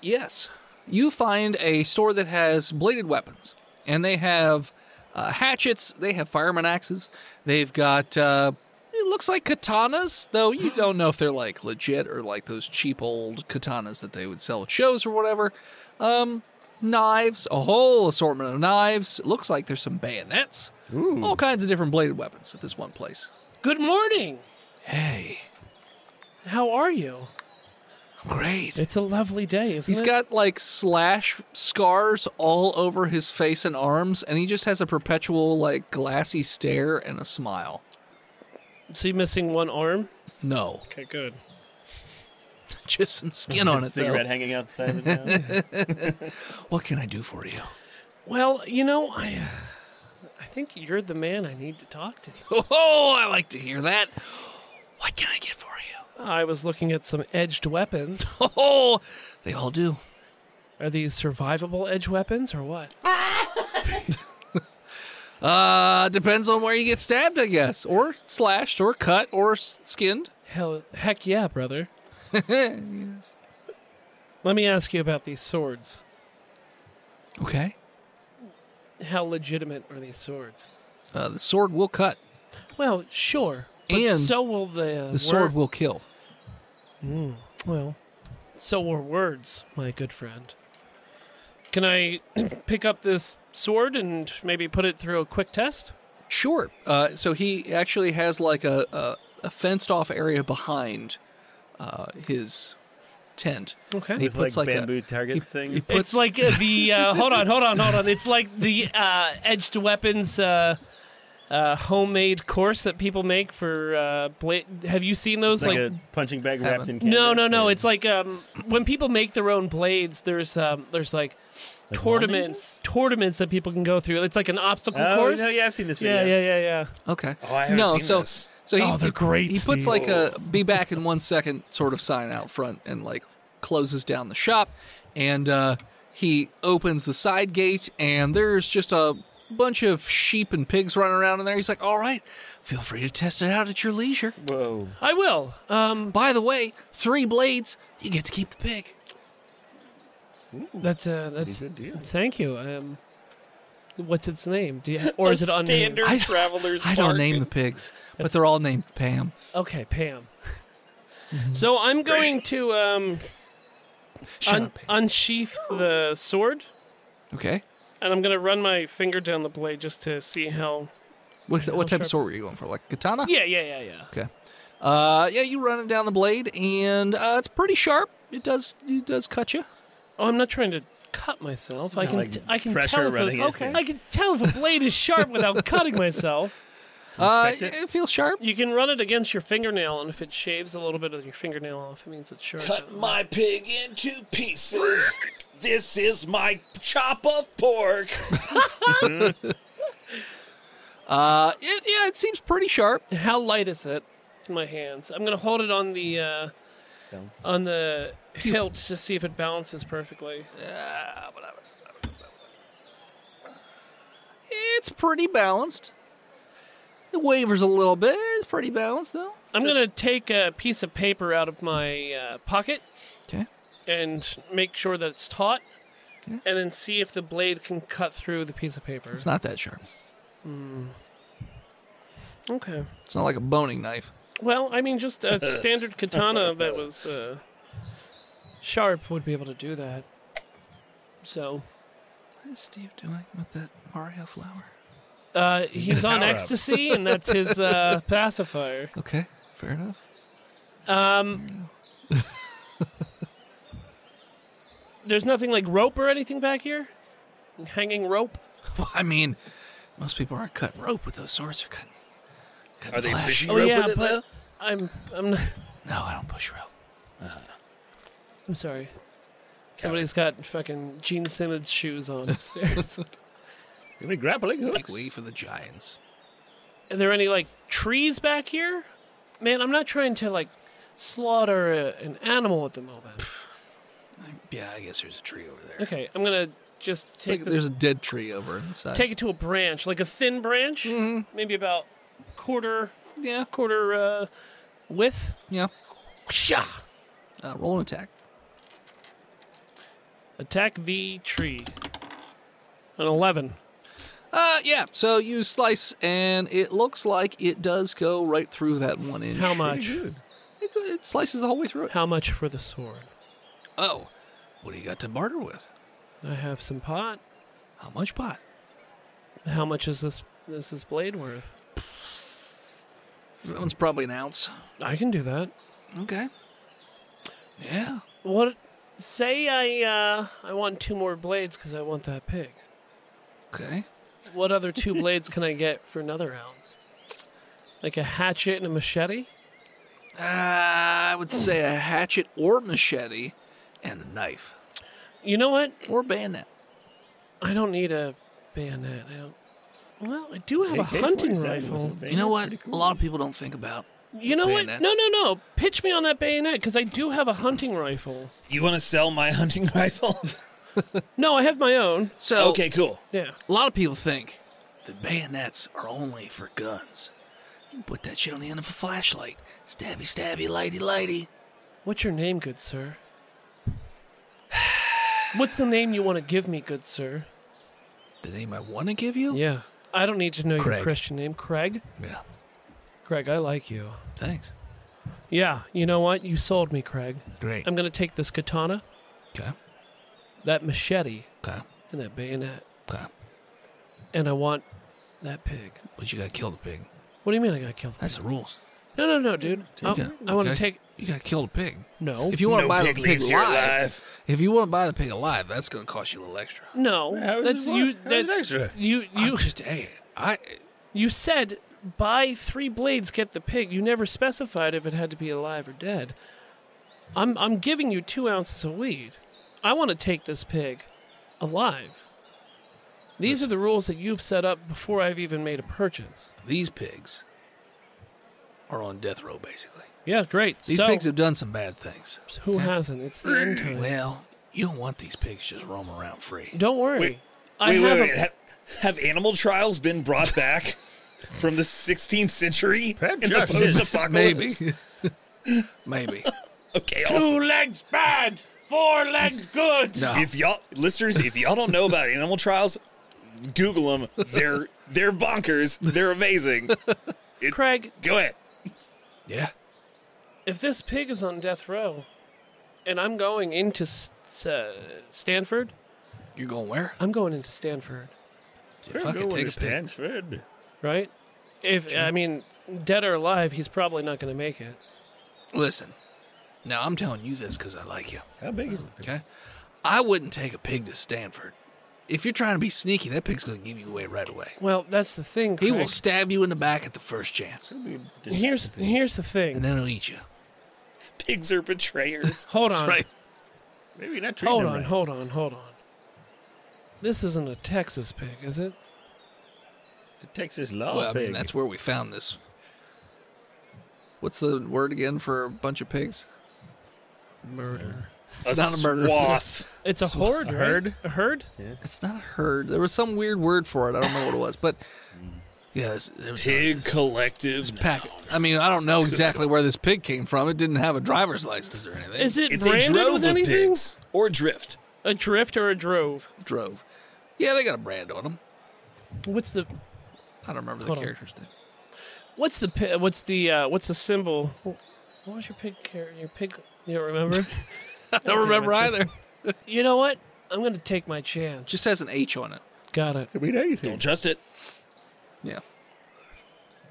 [SPEAKER 1] yes. You find a store that has bladed weapons, and they have uh, hatchets, they have fireman axes, they've got, uh, it looks like katanas, though you don't know if they're like legit or like those cheap old katanas that they would sell at shows or whatever. Um, knives, a whole assortment of knives. It looks like there's some bayonets, all kinds of different bladed weapons at this one place.
[SPEAKER 4] Good morning.
[SPEAKER 1] Hey,
[SPEAKER 4] How are you?
[SPEAKER 1] great.
[SPEAKER 4] It's a lovely day, isn't
[SPEAKER 1] He's
[SPEAKER 4] it?
[SPEAKER 1] got like slash scars all over his face and arms, and he just has a perpetual like glassy stare and a smile.
[SPEAKER 4] Is he missing one arm?
[SPEAKER 1] No,
[SPEAKER 4] Okay, good.
[SPEAKER 1] just some skin on it.
[SPEAKER 2] Cigarette
[SPEAKER 1] Though.
[SPEAKER 2] hanging out the side of his mouth.
[SPEAKER 1] What can I do for you?
[SPEAKER 4] Well, you know, I I think you're the man I need to talk to.
[SPEAKER 1] Oh, I like to hear that. What can I get for you?
[SPEAKER 4] I was looking at some edged weapons.
[SPEAKER 1] Oh, they all do.
[SPEAKER 4] Are these survivable edge weapons or what?
[SPEAKER 1] Uh, depends on where you get stabbed, I guess, or slashed, or cut, or s- skinned.
[SPEAKER 4] Hell, heck yeah, brother.
[SPEAKER 1] yes.
[SPEAKER 4] Let me ask you about these swords.
[SPEAKER 1] Okay.
[SPEAKER 4] How legitimate are these swords?
[SPEAKER 1] Uh, the sword will cut.
[SPEAKER 4] Well, sure. But
[SPEAKER 1] And
[SPEAKER 4] so will the,
[SPEAKER 1] The sword will kill.
[SPEAKER 4] Well, so were words, my good friend. Can I pick up this sword and maybe put it through a quick test?
[SPEAKER 1] Sure. Uh, so he actually has like a, a, a fenced off area behind uh, his tent.
[SPEAKER 4] Okay.
[SPEAKER 1] And he
[SPEAKER 4] It's
[SPEAKER 1] puts like,
[SPEAKER 2] bamboo
[SPEAKER 1] a,
[SPEAKER 2] target things.
[SPEAKER 1] puts-
[SPEAKER 4] it's like uh, the uh, hold on, hold on, hold on. It's like the uh, edged weapons uh, uh, homemade course that people make for. Uh, bla- Have you seen those?
[SPEAKER 2] It's like a punching bag wrapped in
[SPEAKER 4] no,
[SPEAKER 2] canvas
[SPEAKER 4] no, no.
[SPEAKER 2] or-
[SPEAKER 4] It's like um, when people make their own blades. There's um, there's like, tournaments, tournaments that people can go through. It's like an obstacle
[SPEAKER 2] Oh,
[SPEAKER 4] course.
[SPEAKER 2] no, yeah, I've seen this video.
[SPEAKER 4] yeah, yeah, yeah, yeah.
[SPEAKER 1] okay.
[SPEAKER 3] Oh, I haven't
[SPEAKER 1] no,
[SPEAKER 3] seen
[SPEAKER 1] so
[SPEAKER 3] this.
[SPEAKER 1] so he,
[SPEAKER 4] Oh, they're great,
[SPEAKER 1] He puts
[SPEAKER 4] Steve.
[SPEAKER 1] like a "be back in one second sort of sign out front and like closes down the shop, and uh, he opens the side gate and there's just a bunch of sheep and pigs running around in there. He's like, "All right, feel free to test it out at your leisure."
[SPEAKER 2] Whoa.
[SPEAKER 4] I will. Um,
[SPEAKER 1] By the way, three blades, you get to keep the pig.
[SPEAKER 4] that's uh, that's.
[SPEAKER 2] Good deal.
[SPEAKER 4] Thank you. Um, what's its name? Do you, or is it on
[SPEAKER 3] standard
[SPEAKER 1] I-
[SPEAKER 3] travelers?
[SPEAKER 1] I don't name the pigs, but they're all named Pam.
[SPEAKER 4] Okay, Pam.
[SPEAKER 2] Mm-hmm.
[SPEAKER 4] so I'm going to um,
[SPEAKER 1] Shut
[SPEAKER 4] un-
[SPEAKER 1] up, Pam.
[SPEAKER 4] unsheath the sword
[SPEAKER 1] Okay.
[SPEAKER 4] and I'm gonna run my finger down the blade just to see how.
[SPEAKER 1] What, what type
[SPEAKER 4] sharp
[SPEAKER 1] of sword were you going for? Like katana?
[SPEAKER 4] Yeah, yeah, yeah, yeah.
[SPEAKER 1] Okay. Uh, yeah, you run it down the blade, and uh, it's pretty sharp. It does it does cut you.
[SPEAKER 4] Oh, I'm not trying to cut myself. I can,
[SPEAKER 2] like
[SPEAKER 4] t- I can
[SPEAKER 2] pressure
[SPEAKER 4] tell if
[SPEAKER 2] running
[SPEAKER 4] a,
[SPEAKER 2] it. Okay.
[SPEAKER 4] I can tell if a blade is sharp without cutting myself.
[SPEAKER 1] Uh,
[SPEAKER 2] Inspect
[SPEAKER 1] it. feels sharp.
[SPEAKER 4] You can run it against your fingernail, and if it shaves a little bit of your fingernail off, it means it's sharp.
[SPEAKER 3] Cut my pig into pieces. This is my chop of pork.
[SPEAKER 1] Uh, it, yeah, it seems pretty sharp.
[SPEAKER 4] How light is it in my hands? I'm gonna hold it on the uh, on the hilt to see if it balances perfectly.
[SPEAKER 1] It's pretty balanced. It wavers a little bit. It's pretty balanced though.
[SPEAKER 4] I'm gonna take a piece of paper out of my uh, pocket
[SPEAKER 1] Okay.
[SPEAKER 4] and make sure that it's taut, and then see if the blade can cut through the piece of paper.
[SPEAKER 1] It's not that sharp.
[SPEAKER 4] okay.
[SPEAKER 1] It's not like a boning knife.
[SPEAKER 4] Well, I mean, just a standard katana that was uh, sharp would be able to do that. So.
[SPEAKER 1] What is Steve doing with that Mario flower?
[SPEAKER 4] Uh, he's on ecstasy, and that's his uh, pacifier.
[SPEAKER 1] Okay, fair enough.
[SPEAKER 4] Um, there's nothing like rope or anything back here. Hanging rope.
[SPEAKER 1] Well, I mean, most people aren't cutting rope with those swords. They're cutting. cutting
[SPEAKER 3] Are they
[SPEAKER 1] flesh.
[SPEAKER 3] pushing
[SPEAKER 4] Oh,
[SPEAKER 3] rope
[SPEAKER 4] yeah,
[SPEAKER 3] with it
[SPEAKER 4] but-
[SPEAKER 3] though?
[SPEAKER 4] I'm. I'm. Not,
[SPEAKER 1] No, I don't push rope.
[SPEAKER 4] I'm sorry. Somebody's got fucking Gene Simmons shoes on upstairs.
[SPEAKER 2] You mean grappling hooks?
[SPEAKER 1] Make way for the giants.
[SPEAKER 4] Are there any like trees back here? Man, I'm not trying to like slaughter a, an animal at the moment.
[SPEAKER 1] Yeah, I guess there's a tree over there.
[SPEAKER 4] Okay, I'm gonna just
[SPEAKER 1] It's like
[SPEAKER 4] take
[SPEAKER 1] there's
[SPEAKER 4] this.
[SPEAKER 1] a dead tree over on the side.
[SPEAKER 4] Take it to a branch, like a thin branch, maybe about quarter
[SPEAKER 1] Mm-hmm. yeah,
[SPEAKER 4] quarter uh, width.
[SPEAKER 1] yeah.
[SPEAKER 4] Whooshah!
[SPEAKER 1] Uh, roll an attack.
[SPEAKER 4] Attack the tree. An eleven.
[SPEAKER 1] Uh, yeah. So you slice, and it looks like it does go right through that one inch.
[SPEAKER 4] How much?
[SPEAKER 1] It, it slices the whole way through it.
[SPEAKER 4] How much for the sword?
[SPEAKER 1] Oh, what do you got to barter with?
[SPEAKER 4] I have some pot.
[SPEAKER 1] How much pot?
[SPEAKER 4] How much is this? Is this blade worth?
[SPEAKER 1] That one's probably an ounce.
[SPEAKER 4] I can do that.
[SPEAKER 1] Okay. Yeah.
[SPEAKER 4] What? Say I uh, I want two more blades because I want that pig.
[SPEAKER 1] Okay.
[SPEAKER 4] What other two blades can I get for another ounce? Like a hatchet and a machete.
[SPEAKER 1] Uh, I would say a hatchet or machete, and a knife
[SPEAKER 4] You know what?
[SPEAKER 1] or bayonet.
[SPEAKER 4] I don't need a bayonet. I don't. Well, I do have a
[SPEAKER 2] AK-47
[SPEAKER 4] hunting
[SPEAKER 2] with a
[SPEAKER 4] rifle.
[SPEAKER 2] bayonet.
[SPEAKER 1] You know
[SPEAKER 2] Pretty
[SPEAKER 1] what?
[SPEAKER 2] cool.
[SPEAKER 1] A lot of people don't think about.
[SPEAKER 4] You know what?
[SPEAKER 1] Bayonets.
[SPEAKER 4] No, no, no. Pitch me on that bayonet because I do have a hunting rifle.
[SPEAKER 3] You want to sell my hunting rifle?
[SPEAKER 4] No, I have my own.
[SPEAKER 1] So
[SPEAKER 3] okay, cool.
[SPEAKER 4] Yeah.
[SPEAKER 1] A lot of people think that bayonets are only for guns. You can put that shit on the end of a flashlight. Stabby, stabby, lighty, lighty.
[SPEAKER 4] What's your name, good sir? What's the name you want to give me, good sir?
[SPEAKER 1] The name I want to give you?
[SPEAKER 4] Yeah. I don't need to know
[SPEAKER 1] Craig.
[SPEAKER 4] your Christian name. Craig?
[SPEAKER 1] Yeah.
[SPEAKER 4] Craig, I like you.
[SPEAKER 1] Thanks.
[SPEAKER 4] Yeah, you know what? You sold me, Craig.
[SPEAKER 1] Great.
[SPEAKER 4] I'm going to take this katana,
[SPEAKER 1] Okay.
[SPEAKER 4] that machete,
[SPEAKER 1] Okay.
[SPEAKER 4] and that bayonet,
[SPEAKER 1] Okay.
[SPEAKER 4] and I want that pig.
[SPEAKER 1] But you gotta kill the pig.
[SPEAKER 4] What do you mean I got to kill the
[SPEAKER 1] That's the rules.
[SPEAKER 4] No, no, no, dude. I,
[SPEAKER 1] Okay.
[SPEAKER 4] I want
[SPEAKER 1] Okay.
[SPEAKER 4] to Oh, take.
[SPEAKER 1] You gotta kill the pig.
[SPEAKER 4] No.
[SPEAKER 1] If you want to
[SPEAKER 3] no
[SPEAKER 1] buy
[SPEAKER 3] pig
[SPEAKER 1] the pig
[SPEAKER 3] lives here uh,
[SPEAKER 1] alive,
[SPEAKER 3] alive.
[SPEAKER 1] if you want to buy the pig alive, that's gonna cost you a little extra.
[SPEAKER 4] no,
[SPEAKER 2] How is
[SPEAKER 4] that's
[SPEAKER 2] it
[SPEAKER 4] you.
[SPEAKER 2] work? How is it
[SPEAKER 4] That's
[SPEAKER 2] extra?
[SPEAKER 4] you.
[SPEAKER 1] You
[SPEAKER 4] You.
[SPEAKER 1] just hey, I
[SPEAKER 4] You said buy three blades, get the pig. You never specified if it had to be alive or dead. I'm I'm giving you two ounces of weed. I want to take this pig alive. These are the rules that you've set up before I've even made a purchase.
[SPEAKER 1] these pigs are on death row basically.
[SPEAKER 4] Yeah, great.
[SPEAKER 1] These
[SPEAKER 4] so,
[SPEAKER 1] pigs have done some bad things.
[SPEAKER 4] who hasn't? It's the end time.
[SPEAKER 1] Well, you don't want these pigs just roaming around free.
[SPEAKER 4] Don't worry.
[SPEAKER 3] Wait,
[SPEAKER 4] I
[SPEAKER 3] Wait,
[SPEAKER 4] have
[SPEAKER 3] wait,
[SPEAKER 4] a-
[SPEAKER 3] wait. Have, have animal trials been brought back from the 16th century
[SPEAKER 2] Perhaps
[SPEAKER 3] in the
[SPEAKER 2] Josh did.
[SPEAKER 1] Maybe.
[SPEAKER 3] post-apocalypse?
[SPEAKER 1] Maybe.
[SPEAKER 3] Okay, awesome.
[SPEAKER 2] legs bad, four legs good.
[SPEAKER 1] No.
[SPEAKER 3] If y'all listeners, if y'all don't know about animal trials, Google them. They're they're bonkers. They're amazing.
[SPEAKER 4] Craig,
[SPEAKER 3] Go ahead.
[SPEAKER 1] yeah.
[SPEAKER 4] if this pig is on death row and I'm going into S- S- uh, Stanford,
[SPEAKER 1] You're going where?
[SPEAKER 4] I'm going into Stanford,
[SPEAKER 2] We're
[SPEAKER 1] Fuck it,
[SPEAKER 2] going
[SPEAKER 1] take
[SPEAKER 2] to
[SPEAKER 1] a pic.
[SPEAKER 2] Stanford.
[SPEAKER 4] right? If I mean, dead or alive, he's probably not going to make it.
[SPEAKER 1] Listen, now I'm telling you this because I like you.
[SPEAKER 2] How big is it?
[SPEAKER 1] Okay. I wouldn't take a pig to Stanford. If you're trying to be sneaky, that pig's going to give you away right away.
[SPEAKER 4] Well, that's the thing.
[SPEAKER 1] He will
[SPEAKER 4] Craig.
[SPEAKER 1] stab you in the back at the first chance,
[SPEAKER 4] Here's here's the
[SPEAKER 1] and
[SPEAKER 4] thing.
[SPEAKER 1] then he'll eat you.
[SPEAKER 3] Pigs are betrayers.
[SPEAKER 4] Hold on.
[SPEAKER 2] Maybe not treating
[SPEAKER 4] Hold
[SPEAKER 2] him
[SPEAKER 4] on,
[SPEAKER 2] right.
[SPEAKER 4] hold on, hold on. This isn't a Texas pig, is it?
[SPEAKER 2] The Texas law
[SPEAKER 1] well, I
[SPEAKER 2] pig.
[SPEAKER 1] mean, that's where we found this. What's the word again for a bunch of pigs?
[SPEAKER 4] Murder.
[SPEAKER 1] It's not a murder.
[SPEAKER 3] Swath.
[SPEAKER 4] It's a horde, right?
[SPEAKER 1] herd?
[SPEAKER 4] A herd?
[SPEAKER 1] It's not a herd. There was some weird word for it. I don't know what it was, but yeah, it's, it was-
[SPEAKER 3] Pig collective.
[SPEAKER 1] pack. I mean, I don't know exactly where this pig came from. It didn't have a driver's license or anything.
[SPEAKER 4] Is it
[SPEAKER 3] It's a
[SPEAKER 4] branded
[SPEAKER 3] drove
[SPEAKER 4] with
[SPEAKER 3] of
[SPEAKER 4] anything?
[SPEAKER 3] pigs or drift.
[SPEAKER 4] A drift or a drove?
[SPEAKER 1] drove? Yeah, they got a brand on them.
[SPEAKER 4] What's the
[SPEAKER 1] I don't remember the
[SPEAKER 4] Hold on.
[SPEAKER 1] character's name.
[SPEAKER 4] what's the pi- what's the uh, what's the symbol? What was your pig car- your pig you don't remember?
[SPEAKER 1] I don't remember either.
[SPEAKER 4] you know what? I'm gonna take my chance.
[SPEAKER 1] Just has an H on it.
[SPEAKER 4] got it.
[SPEAKER 2] Could mean anything.
[SPEAKER 3] Don't trust it.
[SPEAKER 1] Yeah.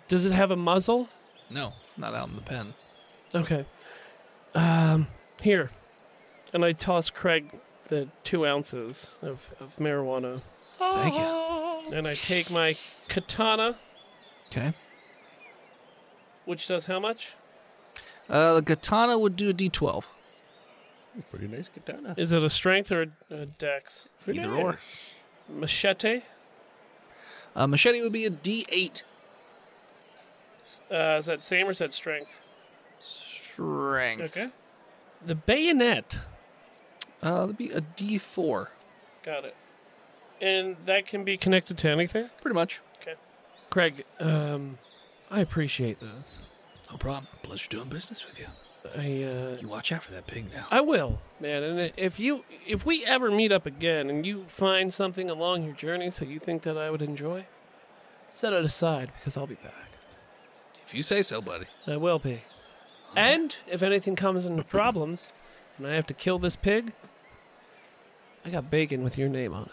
[SPEAKER 4] Does it have a muzzle?
[SPEAKER 1] No, not out in the pen.
[SPEAKER 4] Okay. Um, here. And I toss Craig the two ounces of, of marijuana.
[SPEAKER 1] Thank you.
[SPEAKER 4] And I take my katana,
[SPEAKER 1] Okay.
[SPEAKER 4] which does how much?
[SPEAKER 1] Uh, the katana would do a D12.
[SPEAKER 2] Pretty nice katana.
[SPEAKER 4] Is it a strength or a, a dex?
[SPEAKER 1] Either or.
[SPEAKER 4] Machete?
[SPEAKER 1] Uh, machete would be a D8
[SPEAKER 4] Uh, is that same or is that strength?
[SPEAKER 1] strength.
[SPEAKER 4] Okay. The bayonet.
[SPEAKER 1] Uh, that'd be a D4.
[SPEAKER 4] Got it. And that can be connected to anything?
[SPEAKER 1] Pretty much.
[SPEAKER 4] Craig, um, I appreciate this.
[SPEAKER 1] No problem. Pleasure doing business with you.
[SPEAKER 4] I, uh,
[SPEAKER 1] You watch out for that pig now.
[SPEAKER 4] I will, man. And if you, if we ever meet up again, and you find something along your journey that you think that I would enjoy, set it aside because I'll be back.
[SPEAKER 1] If you say so, buddy.
[SPEAKER 4] I will be. And if anything comes into problems, and I have to kill this pig, I got bacon with your name on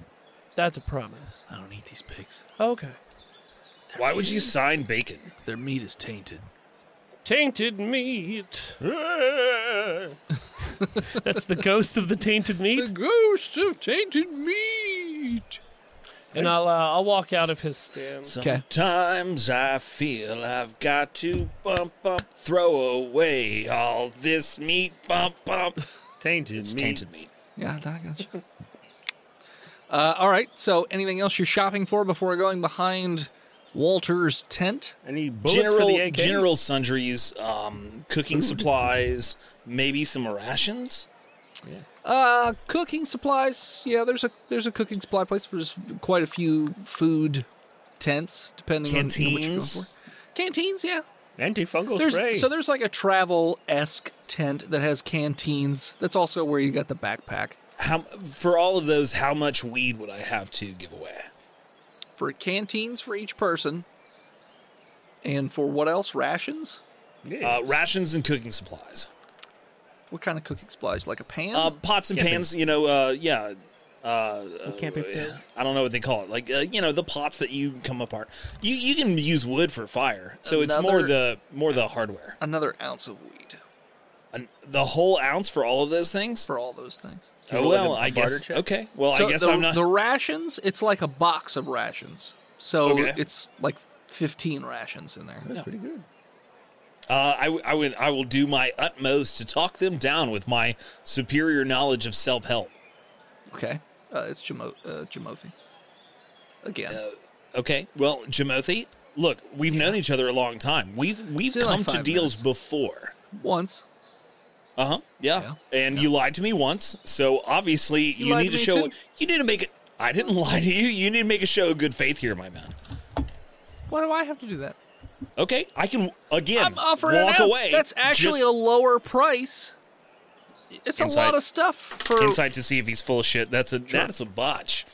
[SPEAKER 4] it. That's a promise.
[SPEAKER 1] I don't eat these pigs.
[SPEAKER 4] Okay.
[SPEAKER 3] Why would you sign bacon?
[SPEAKER 1] Their meat is tainted.
[SPEAKER 4] Tainted meat.
[SPEAKER 2] Ah,
[SPEAKER 4] That's the ghost of the tainted meat.
[SPEAKER 1] ghost of tainted meat.
[SPEAKER 4] And I'll, uh, I'll walk out of his stand.
[SPEAKER 3] Sometimes I feel I've got to bump bump, throw away all this meat, bump bump.
[SPEAKER 2] Tainted
[SPEAKER 3] It's
[SPEAKER 2] meat.
[SPEAKER 3] tainted meat.
[SPEAKER 1] Yeah, I got you. uh, all right. So, anything else you're shopping for before going behind Walter's tent?
[SPEAKER 2] Any bullets for the
[SPEAKER 3] General
[SPEAKER 2] AK?
[SPEAKER 3] general sundries, um, cooking supplies, maybe some rations.
[SPEAKER 1] Uh, cooking supplies. Yeah, there's a there's a cooking supply place. There's quite a few food tents, depending on you know, what you're
[SPEAKER 3] Canteens.
[SPEAKER 1] going for. Canteens, yeah.
[SPEAKER 2] Antifungal
[SPEAKER 1] There's
[SPEAKER 2] spray.
[SPEAKER 1] so there's like a travel esque tent that has canteens. That's also where you got the backpack
[SPEAKER 3] How for all of those? How much weed would I have to give away?
[SPEAKER 1] for canteens for each person, and for what else? Rations.
[SPEAKER 2] Yeah.
[SPEAKER 3] Uh, rations and cooking supplies.
[SPEAKER 1] What kind of cooking supplies? Like a pan?
[SPEAKER 3] Uh, pots and
[SPEAKER 2] Camping.
[SPEAKER 3] pans. You know. Uh, yeah. Uh,
[SPEAKER 5] camping
[SPEAKER 3] uh,
[SPEAKER 5] stove.
[SPEAKER 3] I don't know what they call it. Like uh, you know the pots that you come apart. You you can use wood for fire, so it's more
[SPEAKER 1] Another-
[SPEAKER 3] the more the hardware.
[SPEAKER 1] Another ounce of weed
[SPEAKER 3] An, the whole ounce for all of those things.
[SPEAKER 1] for all those things.
[SPEAKER 3] Oh
[SPEAKER 2] roll like
[SPEAKER 3] well,
[SPEAKER 2] a
[SPEAKER 3] I
[SPEAKER 2] barter
[SPEAKER 3] guess.
[SPEAKER 2] check?
[SPEAKER 3] Okay. Well,
[SPEAKER 1] so
[SPEAKER 3] I guess
[SPEAKER 1] the,
[SPEAKER 3] I'm not.
[SPEAKER 1] the rations. It's like a box of rations. So
[SPEAKER 3] Okay.
[SPEAKER 1] it's like fifteen rations in there.
[SPEAKER 2] That's pretty good.
[SPEAKER 3] Uh, I, w- I would I will do my utmost to talk them down with my superior knowledge of self help.
[SPEAKER 1] Okay, uh, it's Jamo- uh, Jamothi. Again,
[SPEAKER 3] Uh, Okay. Well, Jamothi, look, we've known each other a long time. We've we've
[SPEAKER 1] Still like
[SPEAKER 3] come to
[SPEAKER 1] five
[SPEAKER 3] deals before.
[SPEAKER 1] once
[SPEAKER 3] Uh huh. Yeah. And you lied to me once, so obviously you,
[SPEAKER 1] lied
[SPEAKER 3] need
[SPEAKER 1] to
[SPEAKER 3] to
[SPEAKER 1] me
[SPEAKER 3] show.
[SPEAKER 1] too.
[SPEAKER 3] You need to make it. I didn't lie to you. You need to make a show of good faith here, my man.
[SPEAKER 1] Why do I have to do that?
[SPEAKER 3] Okay, I can again
[SPEAKER 1] I'm offering
[SPEAKER 3] walk
[SPEAKER 1] an ounce.
[SPEAKER 3] away.
[SPEAKER 1] That's actually a
[SPEAKER 3] Just
[SPEAKER 1] lower price. It's
[SPEAKER 3] Inside-
[SPEAKER 1] a lot of stuff for.
[SPEAKER 3] insight to see if he's full of shit. That's a that's a botch.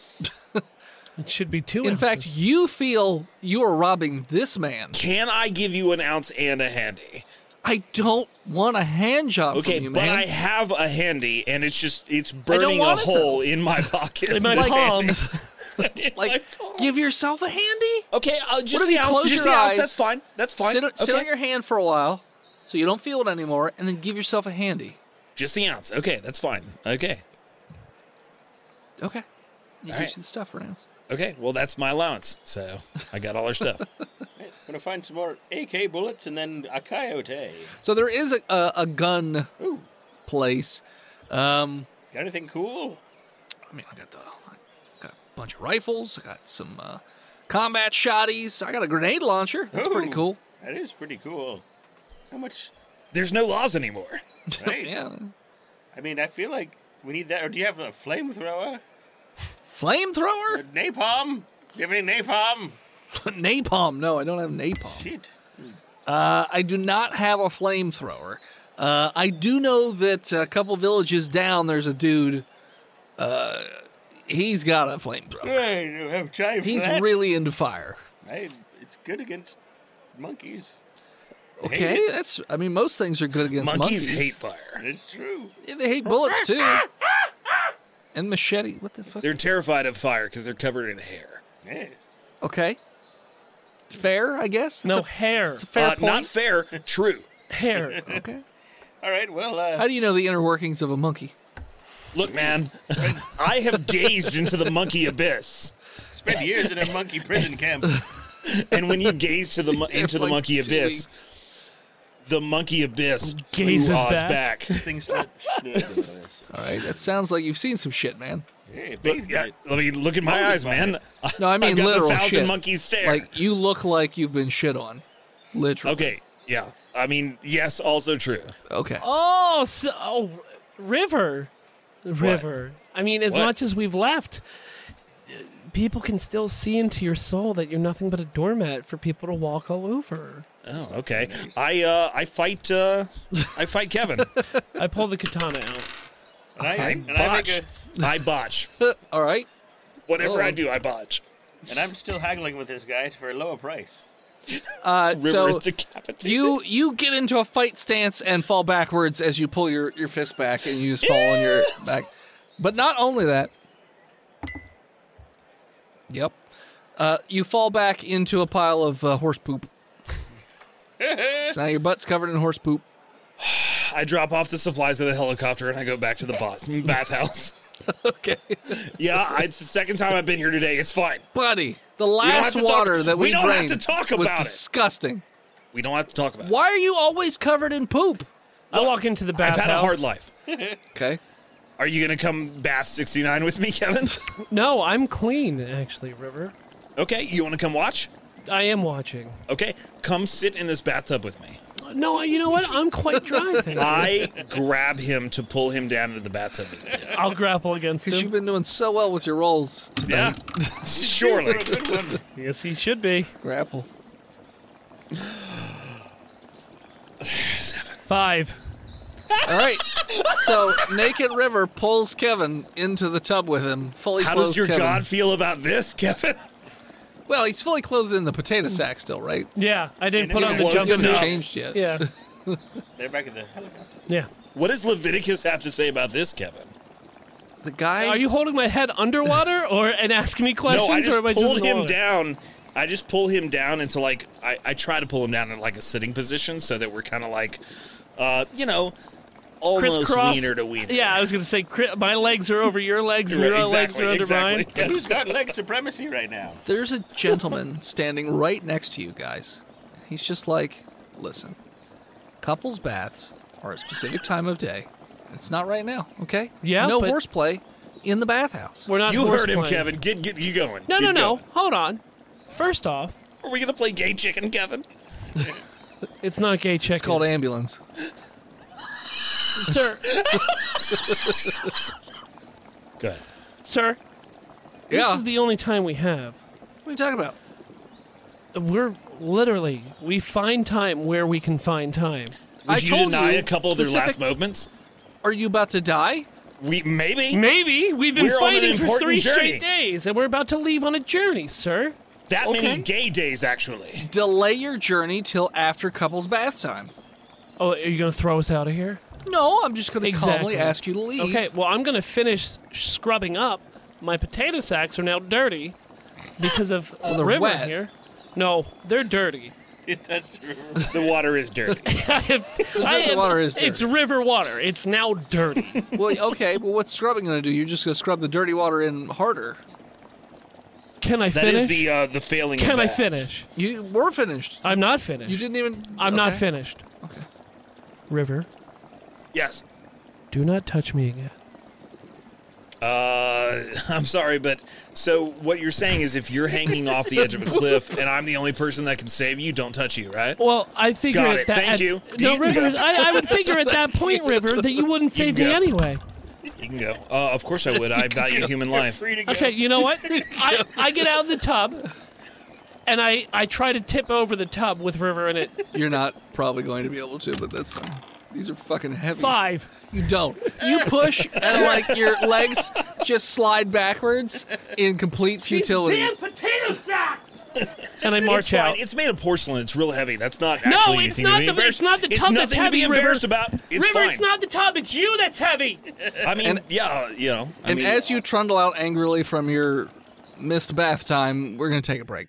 [SPEAKER 4] It should be two.
[SPEAKER 1] In
[SPEAKER 4] ounces.
[SPEAKER 1] fact, you feel you are robbing this man.
[SPEAKER 3] Can I give you an ounce and a handy?
[SPEAKER 1] I don't want a hand job
[SPEAKER 3] Okay,
[SPEAKER 1] from you,
[SPEAKER 3] but
[SPEAKER 1] man.
[SPEAKER 3] I have a handy, and it's just it's
[SPEAKER 1] don't
[SPEAKER 3] burning a
[SPEAKER 1] want it, um,
[SPEAKER 3] hole in my pocket.
[SPEAKER 4] In my
[SPEAKER 3] This
[SPEAKER 4] palm.
[SPEAKER 3] handy. In my
[SPEAKER 1] like,
[SPEAKER 3] palm.
[SPEAKER 1] give yourself a handy.
[SPEAKER 3] okay, uh, just
[SPEAKER 1] if
[SPEAKER 3] the
[SPEAKER 1] you
[SPEAKER 3] ounce.
[SPEAKER 1] close
[SPEAKER 3] just
[SPEAKER 1] your
[SPEAKER 3] the ounce.
[SPEAKER 1] eyes,
[SPEAKER 3] That's fine. That's fine.
[SPEAKER 1] Sit, sit
[SPEAKER 3] okay.
[SPEAKER 1] on your hand for a while so you don't feel it anymore, and then give yourself a handy.
[SPEAKER 3] Just the ounce. Okay, that's fine. Okay,
[SPEAKER 1] Okay. It gives
[SPEAKER 3] right.
[SPEAKER 1] you the stuff for an ounce.
[SPEAKER 3] okay. Well, that's my allowance. So I got all our stuff.
[SPEAKER 2] gonna find some more AK bullets and then a coyote.
[SPEAKER 1] So there is a, a, a gun
[SPEAKER 2] Ooh,
[SPEAKER 1] place. Um,
[SPEAKER 2] got anything cool?
[SPEAKER 1] I mean, I got the, I got a bunch of rifles. I got some uh, combat shotties. I got a grenade launcher. That's pretty
[SPEAKER 2] Ooh.
[SPEAKER 1] cool.
[SPEAKER 2] That is pretty cool. How much?
[SPEAKER 3] There's no laws anymore.
[SPEAKER 2] Right?
[SPEAKER 1] yeah.
[SPEAKER 2] I mean, I feel like we need that. Or do you have a flamethrower? Or
[SPEAKER 1] Flamethrower?
[SPEAKER 2] napalm? Do you have any napalm?
[SPEAKER 1] napalm. No, I don't have napalm.
[SPEAKER 2] Shit.
[SPEAKER 1] Uh, I do not have a flamethrower. Uh, I do know that a couple villages down, there's a dude. Uh, he's got a flamethrower.
[SPEAKER 2] I don't have time for
[SPEAKER 1] He's
[SPEAKER 2] that.
[SPEAKER 1] really into fire.
[SPEAKER 2] I, it's good against monkeys. They hate
[SPEAKER 1] Okay,
[SPEAKER 2] it.
[SPEAKER 1] that's. I mean, most things are good against
[SPEAKER 3] Monkeys,
[SPEAKER 1] monkeys.
[SPEAKER 3] hate fire.
[SPEAKER 2] It's true.
[SPEAKER 1] Yeah, they hate bullets too. and machete. What the fuck?
[SPEAKER 3] They're terrified of fire because they're covered in hair.
[SPEAKER 2] Yeah.
[SPEAKER 1] Okay. Fair, I guess.
[SPEAKER 4] No
[SPEAKER 1] It's a,
[SPEAKER 4] hair.
[SPEAKER 1] it's a fair
[SPEAKER 3] Uh,
[SPEAKER 1] point.
[SPEAKER 3] not fair. True.
[SPEAKER 4] hair.
[SPEAKER 1] okay.
[SPEAKER 2] All right. Well, uh,
[SPEAKER 1] How do you know the inner workings of a monkey?
[SPEAKER 3] Look, man, I have gazed into the monkey abyss,
[SPEAKER 2] spent years in a monkey prison camp.
[SPEAKER 3] and when you gaze to the mon- into the
[SPEAKER 1] Like
[SPEAKER 3] monkey
[SPEAKER 1] two
[SPEAKER 3] abyss,
[SPEAKER 1] weeks.
[SPEAKER 3] the monkey abyss
[SPEAKER 4] Gazes
[SPEAKER 3] threw Oz
[SPEAKER 4] back.
[SPEAKER 3] back.
[SPEAKER 2] Things like
[SPEAKER 1] All right, that sounds like you've seen some shit, man.
[SPEAKER 2] Hey,
[SPEAKER 3] Look, yeah, let me look in my
[SPEAKER 2] Monkey
[SPEAKER 3] eyes, man.
[SPEAKER 1] No, I mean
[SPEAKER 3] I've got
[SPEAKER 1] literal
[SPEAKER 3] the thousand
[SPEAKER 1] shit.
[SPEAKER 3] monkey stare.
[SPEAKER 1] Like you look like you've been shit on, literally.
[SPEAKER 3] okay, yeah. I mean, yes, also true.
[SPEAKER 1] Okay.
[SPEAKER 4] Oh, so, oh, River. River. I mean, as
[SPEAKER 3] What?
[SPEAKER 4] much as we've left, uh, people can still see into your soul that you're nothing but a doormat for people to walk all over.
[SPEAKER 3] Oh, okay. I uh, I fight uh, I fight Kevin.
[SPEAKER 4] I pull the katana out.
[SPEAKER 2] and I,
[SPEAKER 3] I
[SPEAKER 2] and I
[SPEAKER 3] botch.
[SPEAKER 2] think,
[SPEAKER 3] I botch.
[SPEAKER 1] Uh, All right.
[SPEAKER 3] Whatever
[SPEAKER 1] Oh.
[SPEAKER 3] I do, I botch.
[SPEAKER 2] uh, and I'm still haggling with this guy for a lower price.
[SPEAKER 1] Uh,
[SPEAKER 3] River
[SPEAKER 1] so
[SPEAKER 3] is decapitated.
[SPEAKER 1] you you get into a fight stance and fall backwards as you pull your your fist back and you just fall on your back. But not only that. Yep. Uh, you fall back into a pile of uh, horse poop. so now your butt's covered in horse poop.
[SPEAKER 3] I drop off the supplies of the helicopter and I go back to the boss bathhouse.
[SPEAKER 1] Okay.
[SPEAKER 3] Yeah, I- it's the second time I've been here today. It's fine.
[SPEAKER 1] Buddy, the
[SPEAKER 3] have
[SPEAKER 1] last
[SPEAKER 3] to talk-
[SPEAKER 1] water that we,
[SPEAKER 3] we don't have
[SPEAKER 1] drained
[SPEAKER 3] to talk
[SPEAKER 1] was
[SPEAKER 3] about it.
[SPEAKER 1] disgusting.
[SPEAKER 3] We don't have to talk about
[SPEAKER 1] Why are you always covered in poop?
[SPEAKER 4] I walk into the
[SPEAKER 3] it.
[SPEAKER 4] bathhouse.
[SPEAKER 3] I've had a hard life.
[SPEAKER 1] Okay.
[SPEAKER 3] Are you going to come bath 69 with me, Kevin?
[SPEAKER 4] No, I'm clean, actually, River.
[SPEAKER 3] okay, you want to come watch?
[SPEAKER 4] I am watching.
[SPEAKER 3] Okay, come sit in this bathtub with me.
[SPEAKER 4] No, you know what? I'm quite dry. thank you.
[SPEAKER 3] I grab him to pull him down into the bathtub with me.
[SPEAKER 4] I'll grapple against
[SPEAKER 1] Because you've
[SPEAKER 4] him.
[SPEAKER 1] been doing so well with your rolls to
[SPEAKER 3] Yeah, surely.
[SPEAKER 2] For a good one.
[SPEAKER 4] Yes, he should be.
[SPEAKER 1] grapple.
[SPEAKER 4] Five.
[SPEAKER 1] All right. So Naked River pulls Kevin into the tub with him, fully
[SPEAKER 3] How
[SPEAKER 1] clothed.
[SPEAKER 3] does your
[SPEAKER 1] Kevin.
[SPEAKER 3] god feel about this, Kevin?
[SPEAKER 1] Well, he's fully clothed in the potato sack still, right?
[SPEAKER 4] Yeah, I didn't
[SPEAKER 2] And
[SPEAKER 4] put
[SPEAKER 2] it
[SPEAKER 4] on the
[SPEAKER 3] was
[SPEAKER 1] He hasn't
[SPEAKER 3] enough.
[SPEAKER 4] jumpsuit.
[SPEAKER 1] changed yet.
[SPEAKER 4] Yeah,
[SPEAKER 2] They're back at the helicopter.
[SPEAKER 4] yeah.
[SPEAKER 3] What does Leviticus have to say about this, Kevin?
[SPEAKER 1] The guy.
[SPEAKER 4] Are you holding my head underwater or and asking me questions?
[SPEAKER 3] No, I
[SPEAKER 4] or
[SPEAKER 3] just
[SPEAKER 4] am I
[SPEAKER 3] pulled
[SPEAKER 4] just in the
[SPEAKER 3] him
[SPEAKER 4] water?
[SPEAKER 3] down. I just pull him down into like I, I try to pull him down in like a sitting position so that we're kind of like, uh, you know, almost
[SPEAKER 4] Crisscross.
[SPEAKER 3] wiener to wiener.
[SPEAKER 4] Yeah, I was gonna say cri- my legs are over your legs, and
[SPEAKER 3] Right,
[SPEAKER 4] your legs
[SPEAKER 3] exactly,
[SPEAKER 4] are under
[SPEAKER 3] exactly.
[SPEAKER 4] mine.
[SPEAKER 2] Who's got leg supremacy right now?
[SPEAKER 1] There's a gentleman standing right next to you guys. He's just like, listen, couples baths are a specific time of day. It's not right now, okay?
[SPEAKER 4] Yeah,
[SPEAKER 1] No
[SPEAKER 4] but-
[SPEAKER 1] horseplay in the bathhouse.
[SPEAKER 4] We're not.
[SPEAKER 3] You heard him,
[SPEAKER 4] horseplaying.
[SPEAKER 3] Kevin. Get get you going.
[SPEAKER 4] No,
[SPEAKER 3] Get
[SPEAKER 4] no, no.
[SPEAKER 3] going.
[SPEAKER 4] Hold on. First off,
[SPEAKER 3] Are we gonna play gay chicken, Kevin?
[SPEAKER 4] it's not gay chicken.
[SPEAKER 1] It's called ambulance.
[SPEAKER 4] sir.
[SPEAKER 3] Good.
[SPEAKER 4] sir, this
[SPEAKER 1] yeah.
[SPEAKER 4] is the only time we have.
[SPEAKER 1] what are you talking about?
[SPEAKER 4] We're literally we find time where we can find time.
[SPEAKER 3] Would
[SPEAKER 1] I
[SPEAKER 3] you
[SPEAKER 1] told
[SPEAKER 3] deny
[SPEAKER 1] you
[SPEAKER 3] a couple of their
[SPEAKER 1] specific-
[SPEAKER 3] last movements?
[SPEAKER 1] Are you about to die?
[SPEAKER 3] We maybe.
[SPEAKER 4] Maybe we've been
[SPEAKER 3] We're on an
[SPEAKER 4] fighting for
[SPEAKER 3] important
[SPEAKER 4] three
[SPEAKER 3] journey.
[SPEAKER 4] straight days, and we're about to leave on a journey, sir.
[SPEAKER 3] That
[SPEAKER 1] Okay.
[SPEAKER 3] many gay days, actually.
[SPEAKER 1] Delay your journey till after couples bath time.
[SPEAKER 4] Oh, are you going to throw us out of here?
[SPEAKER 1] No, I'm just going to
[SPEAKER 4] Exactly.
[SPEAKER 1] calmly ask you to leave.
[SPEAKER 4] Okay, well, I'm going to finish scrubbing up. My potato sacks are now dirty because of the
[SPEAKER 1] they're
[SPEAKER 4] river
[SPEAKER 1] wet.
[SPEAKER 4] here. No, they're dirty.
[SPEAKER 2] It does.
[SPEAKER 3] The water is dirty.
[SPEAKER 4] I have- I
[SPEAKER 1] dirty
[SPEAKER 4] have-
[SPEAKER 1] water is dirty.
[SPEAKER 4] It's river water. It's now dirty.
[SPEAKER 1] Well, okay. Well, what's scrubbing going to do? You're just going to scrub the dirty water in harder.
[SPEAKER 4] Can I
[SPEAKER 3] That
[SPEAKER 4] finish?
[SPEAKER 3] is the uh, the failing. of
[SPEAKER 4] Can I
[SPEAKER 3] baths.
[SPEAKER 4] finish?
[SPEAKER 1] You were finished.
[SPEAKER 4] I'm not finished.
[SPEAKER 1] You didn't even.
[SPEAKER 4] I'm not
[SPEAKER 1] okay.
[SPEAKER 4] finished. Okay. River,
[SPEAKER 3] Yes.
[SPEAKER 4] do not touch me again.
[SPEAKER 3] Uh, I'm sorry, but so what you're saying is if you're hanging off the edge of a cliff and I'm the only person that can save you, don't touch you, right?
[SPEAKER 4] Well, I figure
[SPEAKER 3] Got
[SPEAKER 4] at
[SPEAKER 3] it.
[SPEAKER 4] that.
[SPEAKER 3] Thank
[SPEAKER 4] at-
[SPEAKER 3] you.
[SPEAKER 4] No,
[SPEAKER 3] You-
[SPEAKER 4] Rivers. I, I would figure at that point, River, that you wouldn't save me
[SPEAKER 3] go.
[SPEAKER 4] anyway.
[SPEAKER 3] You can go. Uh, of course I would. I value human life.
[SPEAKER 2] Free to go.
[SPEAKER 4] Okay, you know what? I, I get out of the tub, and I I try to tip over the tub with River in it.
[SPEAKER 1] You're not probably going to be able to, but that's fine. These are fucking heavy.
[SPEAKER 4] Five.
[SPEAKER 1] You don't. You push and like your legs just slide backwards in complete futility.
[SPEAKER 4] potato sacks. And I march
[SPEAKER 3] It's
[SPEAKER 4] out.
[SPEAKER 3] fine. It's made of porcelain. It's real heavy. That's not
[SPEAKER 4] No,
[SPEAKER 3] actually
[SPEAKER 4] it's
[SPEAKER 3] anything
[SPEAKER 4] not
[SPEAKER 3] to be
[SPEAKER 4] the-
[SPEAKER 3] embarrassed.
[SPEAKER 4] it's not the tub
[SPEAKER 3] It's
[SPEAKER 4] that's
[SPEAKER 3] nothing to
[SPEAKER 4] heavy,
[SPEAKER 3] be
[SPEAKER 4] River.
[SPEAKER 3] embarrassed about. It's
[SPEAKER 4] River,
[SPEAKER 3] fine.
[SPEAKER 4] it's not the tub. It's you that's heavy.
[SPEAKER 3] I mean,
[SPEAKER 1] And-
[SPEAKER 3] yeah, you know. I
[SPEAKER 1] and
[SPEAKER 3] mean,
[SPEAKER 1] as you trundle out angrily from your missed bath time, we're going to take a break.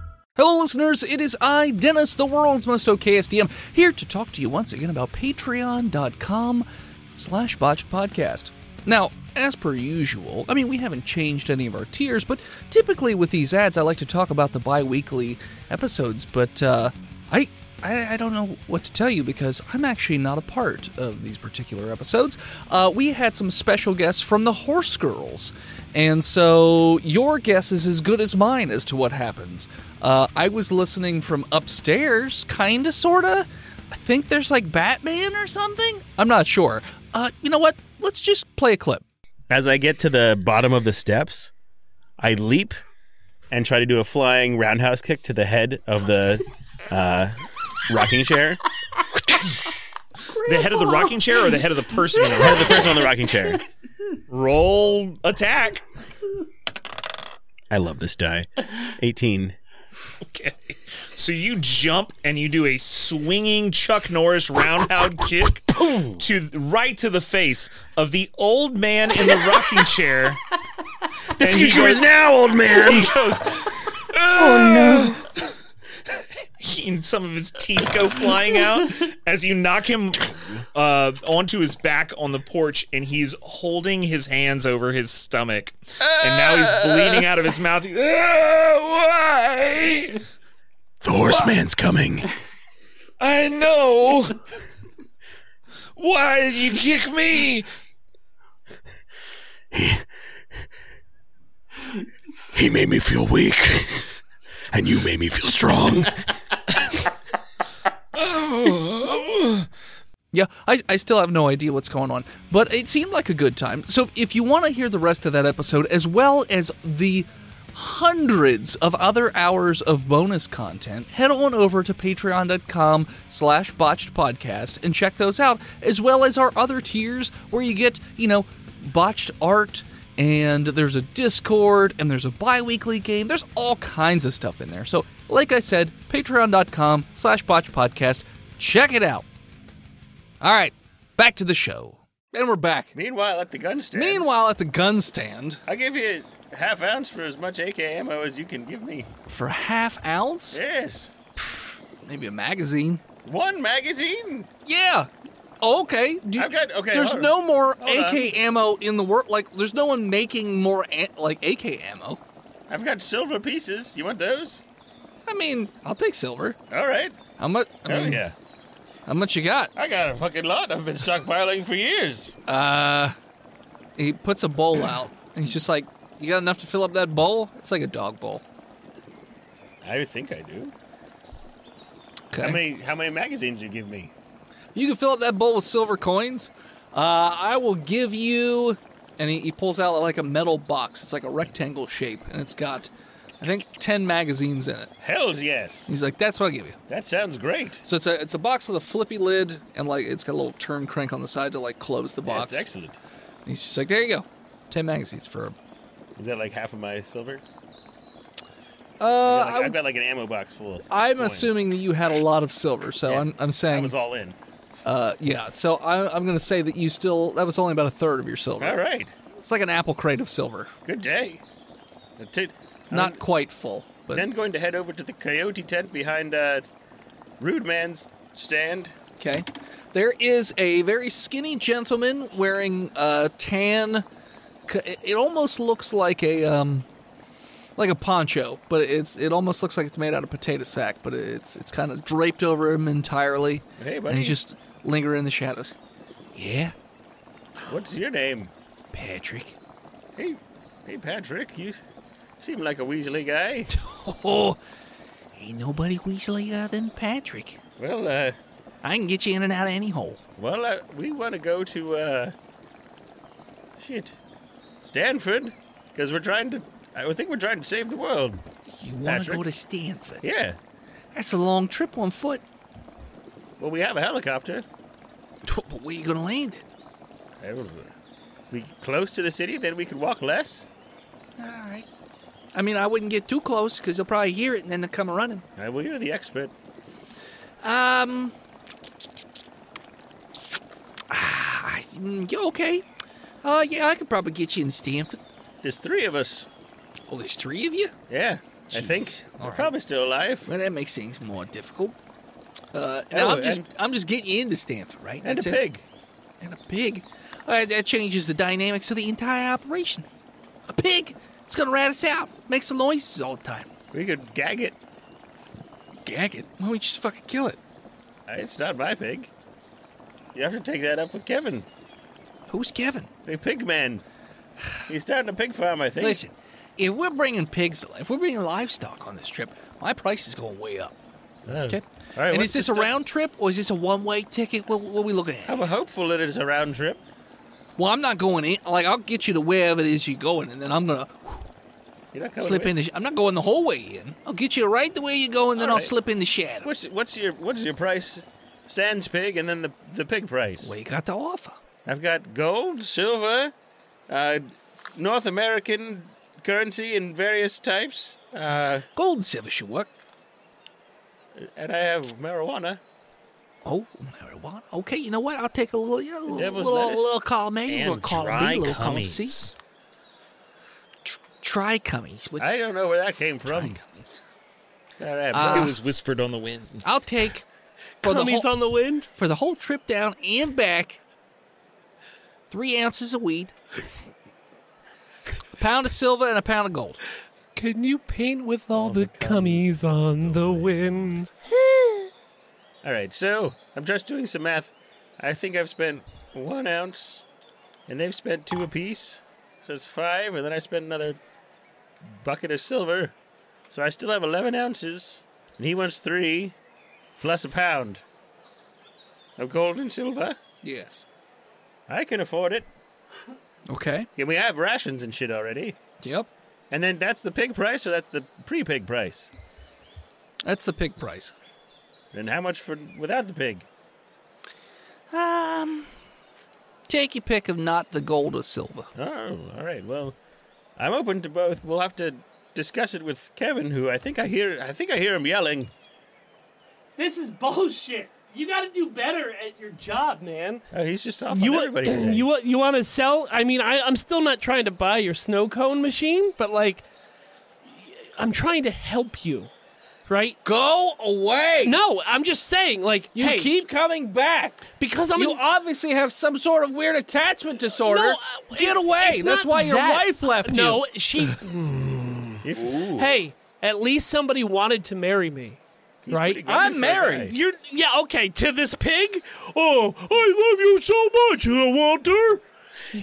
[SPEAKER 1] Hello, listeners. It is I, Dennis, the world's most okayest DM, here to talk to you once again about patreon.com slash botch podcast. Now, as per usual, I mean, we haven't changed any of our tiers, but typically with these ads, I like to talk about the bi weekly episodes, but uh, I, I, I don't know what to tell you because I'm actually not a part of these particular episodes. Uh, we had some special guests from the Horse Girls, and so your guess is as good as mine as to what happens. Uh, I was listening from upstairs, kinda, sorta. I think there's like Batman or something. I'm not sure. Uh, you know what? Let's just play a clip.
[SPEAKER 2] As I get to the bottom of the steps, I leap and try to do a flying roundhouse kick to the head of the uh, rocking chair.
[SPEAKER 3] the head of the rocking chair or the head of the person in the
[SPEAKER 2] Head of the person on the rocking chair.
[SPEAKER 3] roll attack.
[SPEAKER 2] I love this die. 18.
[SPEAKER 3] Okay. So you jump and you do a swinging Chuck Norris roundhouse kick to right to the face of the old man in the rocking chair. The
[SPEAKER 2] future is
[SPEAKER 3] now, old man. He goes. Oh no. And some of his teeth go flying out as you knock him uh, onto his back on the porch, and he's holding his hands over his stomach, and now he's bleeding out of his mouth. He- why?
[SPEAKER 6] The horseman's coming.
[SPEAKER 3] I know. Why did you kick me?
[SPEAKER 6] He made me feel weak, and you made me feel strong.
[SPEAKER 1] Yeah, I, I still have no idea what's going on, but it seemed like a good time. So if you want to hear the rest of that episode, as well as the hundreds of other hours of bonus content, head on over to patreon.com slash botched podcast and check those out, as well as our other tiers where you get, you know, botched art and there's a Discord and there's a bi-weekly game. There's all kinds of stuff in there. So like I said, patreon.com slash botched podcast. Check it out. All right, back to the show. And we're back.
[SPEAKER 2] Meanwhile, at the gun stand,
[SPEAKER 1] Meanwhile, at the gun stand,
[SPEAKER 2] I give you half ounce for as much AK ammo as you can give me.
[SPEAKER 1] for a half ounce,
[SPEAKER 2] Yes.
[SPEAKER 1] maybe a magazine.
[SPEAKER 2] One magazine.
[SPEAKER 1] Yeah. Oh, okay. Do you-
[SPEAKER 2] I've got- okay,
[SPEAKER 1] There's
[SPEAKER 2] hold
[SPEAKER 1] no
[SPEAKER 2] on.
[SPEAKER 1] more
[SPEAKER 2] Hold
[SPEAKER 1] AK ammo in the world. Like, there's no one making more a- like AK ammo.
[SPEAKER 2] I've got silver pieces. You want those?
[SPEAKER 1] I mean, I'll take silver.
[SPEAKER 2] All right.
[SPEAKER 1] How much? I
[SPEAKER 2] Oh
[SPEAKER 1] mean,
[SPEAKER 2] yeah.
[SPEAKER 1] How much you got?
[SPEAKER 2] I got a fucking lot. I've been stockpiling for years.
[SPEAKER 1] He puts a bowl out, and he's just like, "You got enough to fill up that bowl? It's like a dog bowl."
[SPEAKER 2] I think I do.
[SPEAKER 1] Okay.
[SPEAKER 2] How many how many magazines you give me?
[SPEAKER 1] You can fill up that bowl with silver coins. Uh, I will give you. And he, he pulls out like a metal box. It's like a rectangle shape, and it's got, I think, ten magazines in it.
[SPEAKER 2] Hell's yes.
[SPEAKER 1] He's like, "That's what I'll give you."
[SPEAKER 2] That sounds great.
[SPEAKER 1] So it's a it's a box with a flippy lid, and like it's got a little turn crank on the side to like close the box.
[SPEAKER 2] That's excellent.
[SPEAKER 1] And he's just like, "There you go, ten magazines for."
[SPEAKER 2] Is that like half of my silver?
[SPEAKER 1] Uh,
[SPEAKER 2] Yeah, like,
[SPEAKER 1] I
[SPEAKER 2] I've got like an ammo box full of.
[SPEAKER 1] I'm
[SPEAKER 2] coins.
[SPEAKER 1] assuming that you had a lot of silver, so
[SPEAKER 2] Yeah.
[SPEAKER 1] I'm I'm
[SPEAKER 2] I
[SPEAKER 1] saying
[SPEAKER 2] was all in.
[SPEAKER 1] Uh, yeah, so I, I'm going to say that you still, that was only about a third of your silver.
[SPEAKER 2] All right.
[SPEAKER 1] It's like an apple crate of silver.
[SPEAKER 2] Good day. Uh, t-
[SPEAKER 1] Not quite full, but
[SPEAKER 2] I'm then going to head over to the coyote tent behind uh, Rude Man's stand.
[SPEAKER 1] okay. There is a very skinny gentleman wearing a tan, c- it- it almost looks like a, um, like a poncho, but it's it almost looks like it's made out of potato sack, but it's it's kind of draped over him entirely.
[SPEAKER 2] Hey,
[SPEAKER 1] And
[SPEAKER 2] buddy.
[SPEAKER 1] he's just lingering in the shadows. Yeah,
[SPEAKER 2] What's your name?
[SPEAKER 1] Patrick.
[SPEAKER 2] Hey, hey, Patrick. You seem like a Weasley guy.
[SPEAKER 1] Oh, ain't nobody weaselier than Patrick.
[SPEAKER 2] Well, uh,
[SPEAKER 1] I can get you in and out of any hole.
[SPEAKER 2] well, uh, we want to go to uh, shit, Stanford, because we're trying to. I think we're trying to save the world.
[SPEAKER 1] You want to
[SPEAKER 2] Patrick?
[SPEAKER 1] go to Stanford?
[SPEAKER 2] Yeah.
[SPEAKER 1] That's a long trip on foot.
[SPEAKER 2] Well, we have a helicopter.
[SPEAKER 1] But where you gonna land it?
[SPEAKER 2] I don't know. We close to the city, then we could walk less.
[SPEAKER 1] All right. I mean, I wouldn't get too close because they'll probably hear it and then they'll come running.
[SPEAKER 2] Uh, well, you're the expert.
[SPEAKER 1] Um. Ah, mm, you okay? Uh, yeah, I could probably get you in Stanford.
[SPEAKER 2] There's three of us.
[SPEAKER 1] Oh, there's three of you.
[SPEAKER 2] Yeah, I
[SPEAKER 1] Jesus.
[SPEAKER 2] think
[SPEAKER 1] All
[SPEAKER 2] we're
[SPEAKER 1] right.
[SPEAKER 2] probably still alive.
[SPEAKER 1] Well, that makes things more difficult. Uh,
[SPEAKER 2] Oh,
[SPEAKER 1] no, I'm just,
[SPEAKER 2] and-
[SPEAKER 1] I'm just getting you into Stanford, right?
[SPEAKER 2] And
[SPEAKER 1] That's
[SPEAKER 2] a
[SPEAKER 1] it.
[SPEAKER 2] pig.
[SPEAKER 1] And a pig. All right, that changes the dynamics of the entire operation. A pig, it's gonna rat us out. Makes the noises all the time.
[SPEAKER 2] We could gag it.
[SPEAKER 1] Gag it. Why don't we just fucking kill it?
[SPEAKER 2] Uh, It's not my pig. You have to take that up with Kevin,
[SPEAKER 1] Who's Kevin?
[SPEAKER 2] the pig man. He's starting a pig farm, I think.
[SPEAKER 1] Listen, if we're bringing pigs, if we're bringing livestock on this trip, my price is going way up. Okay.
[SPEAKER 2] Oh. All right,
[SPEAKER 1] and
[SPEAKER 2] what's
[SPEAKER 1] is this
[SPEAKER 2] the
[SPEAKER 1] a
[SPEAKER 2] sta-
[SPEAKER 1] round trip or is this a one-way ticket? What, what are we looking at?
[SPEAKER 2] I'm hopeful that it's a round trip.
[SPEAKER 1] Well, I'm not going in. Like, I'll get you to wherever it is you're going, and then I'm gonna
[SPEAKER 2] You're not coming
[SPEAKER 1] slip in.
[SPEAKER 2] with?
[SPEAKER 1] The sh- I'm not going the whole way in. I'll get you right the way you go, and then
[SPEAKER 2] All
[SPEAKER 1] I'll
[SPEAKER 2] right.
[SPEAKER 1] slip in the shadow.
[SPEAKER 2] What's what's your what's your price? Sans pig, and then the the pig price.
[SPEAKER 1] Well, you got the offer.
[SPEAKER 2] I've got gold, silver, uh, North American currency in various types, uh,
[SPEAKER 1] Gold and silver should work.
[SPEAKER 2] and I have marijuana.
[SPEAKER 1] Oh, marijuana. Okay, you know what? I'll take a little, you know, little,
[SPEAKER 2] devil's
[SPEAKER 1] little,
[SPEAKER 2] lettuce
[SPEAKER 1] little column A,
[SPEAKER 3] And
[SPEAKER 1] little column
[SPEAKER 3] dry
[SPEAKER 1] B, little column C.
[SPEAKER 3] cummies.
[SPEAKER 1] Tr- try cummies. With
[SPEAKER 2] I don't know where that came from.
[SPEAKER 1] cummies.
[SPEAKER 2] All right,
[SPEAKER 1] Ah.
[SPEAKER 3] it was whispered on the wind.
[SPEAKER 1] I'll take for the
[SPEAKER 4] Cummies
[SPEAKER 1] whole,
[SPEAKER 4] on the wind.
[SPEAKER 1] for the whole trip down and back. Three ounces of weed, a pound of silver, and a pound of gold.
[SPEAKER 4] Can you paint with all the cummies on the wind?
[SPEAKER 2] All right, so I'm just doing some math. I think I've spent one ounce, and they've spent two apiece, so it's five, and then I spent another bucket of silver, so I still have 11 ounces, and he wants three, plus a pound of gold and silver.
[SPEAKER 1] Yes.
[SPEAKER 2] I can afford it.
[SPEAKER 1] Okay.
[SPEAKER 2] Yeah, we have rations and shit already.
[SPEAKER 1] Yep.
[SPEAKER 2] And then that's the pig price, or that's the pre-pig price.
[SPEAKER 1] That's the pig price.
[SPEAKER 2] And how much for without the pig?
[SPEAKER 1] Um, take your pick of not the gold or silver.
[SPEAKER 2] Oh, all right. Well, I'm open to both. We'll have to discuss it with Kevin, who I think I hear. I think I hear him yelling.
[SPEAKER 4] This is bullshit. You got to do better at your job, man.
[SPEAKER 2] Oh, he's just off
[SPEAKER 4] You
[SPEAKER 2] on
[SPEAKER 4] want
[SPEAKER 2] everybody. today.
[SPEAKER 4] you want you want to sell? I mean, I, I'm still not trying to buy your snow cone machine, but like, I'm trying to help you, right?
[SPEAKER 1] Go away.
[SPEAKER 4] No, I'm just saying, like,
[SPEAKER 1] You
[SPEAKER 4] hey,
[SPEAKER 1] keep coming back.
[SPEAKER 4] because I'm
[SPEAKER 1] you
[SPEAKER 4] an-
[SPEAKER 1] obviously have some sort of weird attachment disorder.
[SPEAKER 4] No, uh,
[SPEAKER 1] Get
[SPEAKER 4] it's-
[SPEAKER 1] away.
[SPEAKER 4] it's
[SPEAKER 1] That's
[SPEAKER 4] not
[SPEAKER 1] why your
[SPEAKER 4] that.
[SPEAKER 1] wife left
[SPEAKER 4] no,
[SPEAKER 1] you.
[SPEAKER 4] she.
[SPEAKER 2] If-
[SPEAKER 4] hey, at least somebody wanted to marry me, right?
[SPEAKER 2] pretty good
[SPEAKER 1] I'm
[SPEAKER 2] for a
[SPEAKER 1] married.
[SPEAKER 2] guy.
[SPEAKER 4] You're yeah okay to this pig. Oh, I love you so much, uh, Walter.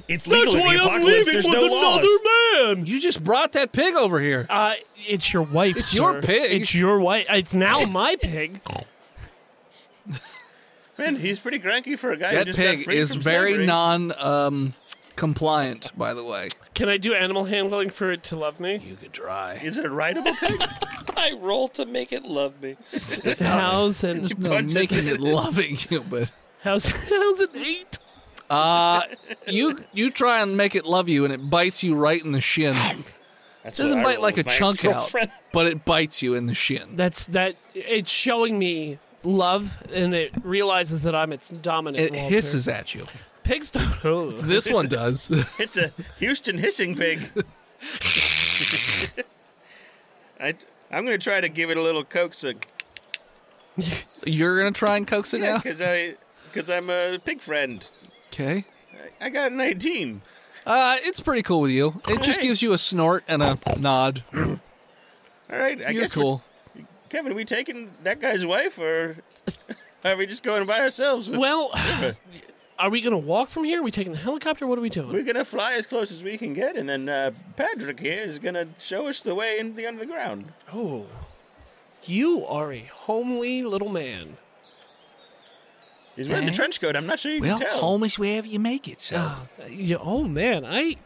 [SPEAKER 3] It's
[SPEAKER 4] That's
[SPEAKER 3] legal in
[SPEAKER 4] why
[SPEAKER 3] the
[SPEAKER 4] I'm
[SPEAKER 3] apocalypse.
[SPEAKER 4] leaving
[SPEAKER 3] There's
[SPEAKER 4] with
[SPEAKER 3] no laws.
[SPEAKER 4] another man.
[SPEAKER 1] You just brought that pig over here.
[SPEAKER 4] Uh, it's your wife.
[SPEAKER 1] It's
[SPEAKER 4] sir.
[SPEAKER 1] your pig.
[SPEAKER 4] It's your wife. It's now my pig.
[SPEAKER 2] Man, he's pretty cranky for a guy who
[SPEAKER 5] That
[SPEAKER 2] just got
[SPEAKER 5] pig
[SPEAKER 2] freed
[SPEAKER 5] is
[SPEAKER 2] from
[SPEAKER 5] very
[SPEAKER 2] slavery.
[SPEAKER 5] non um, compliant, by the way.
[SPEAKER 4] Can I do animal handling for it to love me?
[SPEAKER 5] You could try.
[SPEAKER 2] Is it a rideable pig?
[SPEAKER 3] I roll to make it love me.
[SPEAKER 4] How's an
[SPEAKER 5] No, making it loving you, but
[SPEAKER 4] how's how's an eight?
[SPEAKER 5] uh, you you try and make it love you, and it bites you right in the shin.
[SPEAKER 3] That's
[SPEAKER 5] It
[SPEAKER 3] what
[SPEAKER 5] doesn't
[SPEAKER 3] I
[SPEAKER 5] bite
[SPEAKER 3] roll
[SPEAKER 5] like a
[SPEAKER 3] with my
[SPEAKER 5] chunk out,
[SPEAKER 3] ex-girlfriend.
[SPEAKER 5] but it bites you in the shin.
[SPEAKER 4] That's that. It's showing me love, and it realizes that I'm its dominant.
[SPEAKER 5] It
[SPEAKER 4] Walter.
[SPEAKER 5] hisses at you.
[SPEAKER 4] Pigs don't. Oh.
[SPEAKER 5] This one does.
[SPEAKER 2] It's a Houston hissing pig. I, I'm going to try to give it a little coaxing
[SPEAKER 5] You're gonna try and coax it out.
[SPEAKER 2] because I because I'm a pig friend.
[SPEAKER 5] Okay.
[SPEAKER 2] I, I got an 18.
[SPEAKER 5] Uh, it's pretty cool with you. It just
[SPEAKER 2] Hey.
[SPEAKER 5] gives you a snort and a nod.
[SPEAKER 2] All right, I
[SPEAKER 5] You're
[SPEAKER 2] guess we're-
[SPEAKER 5] cool.
[SPEAKER 2] Kevin, are we taking that guy's wife, or are we just going by ourselves?
[SPEAKER 4] Well, are we gonna walk from here? Are we taking the helicopter? What are we doing?
[SPEAKER 2] We're gonna fly as close as we can get, and then uh, Patrick here is gonna show us the way in the underground.
[SPEAKER 4] Oh, you are a homely little man.
[SPEAKER 2] He's wearing the trench
[SPEAKER 5] Thanks.
[SPEAKER 2] coat. I'm not sure you
[SPEAKER 5] Well,
[SPEAKER 2] can tell.
[SPEAKER 5] home is wherever you make it. So
[SPEAKER 4] Oh, yeah, oh man, I.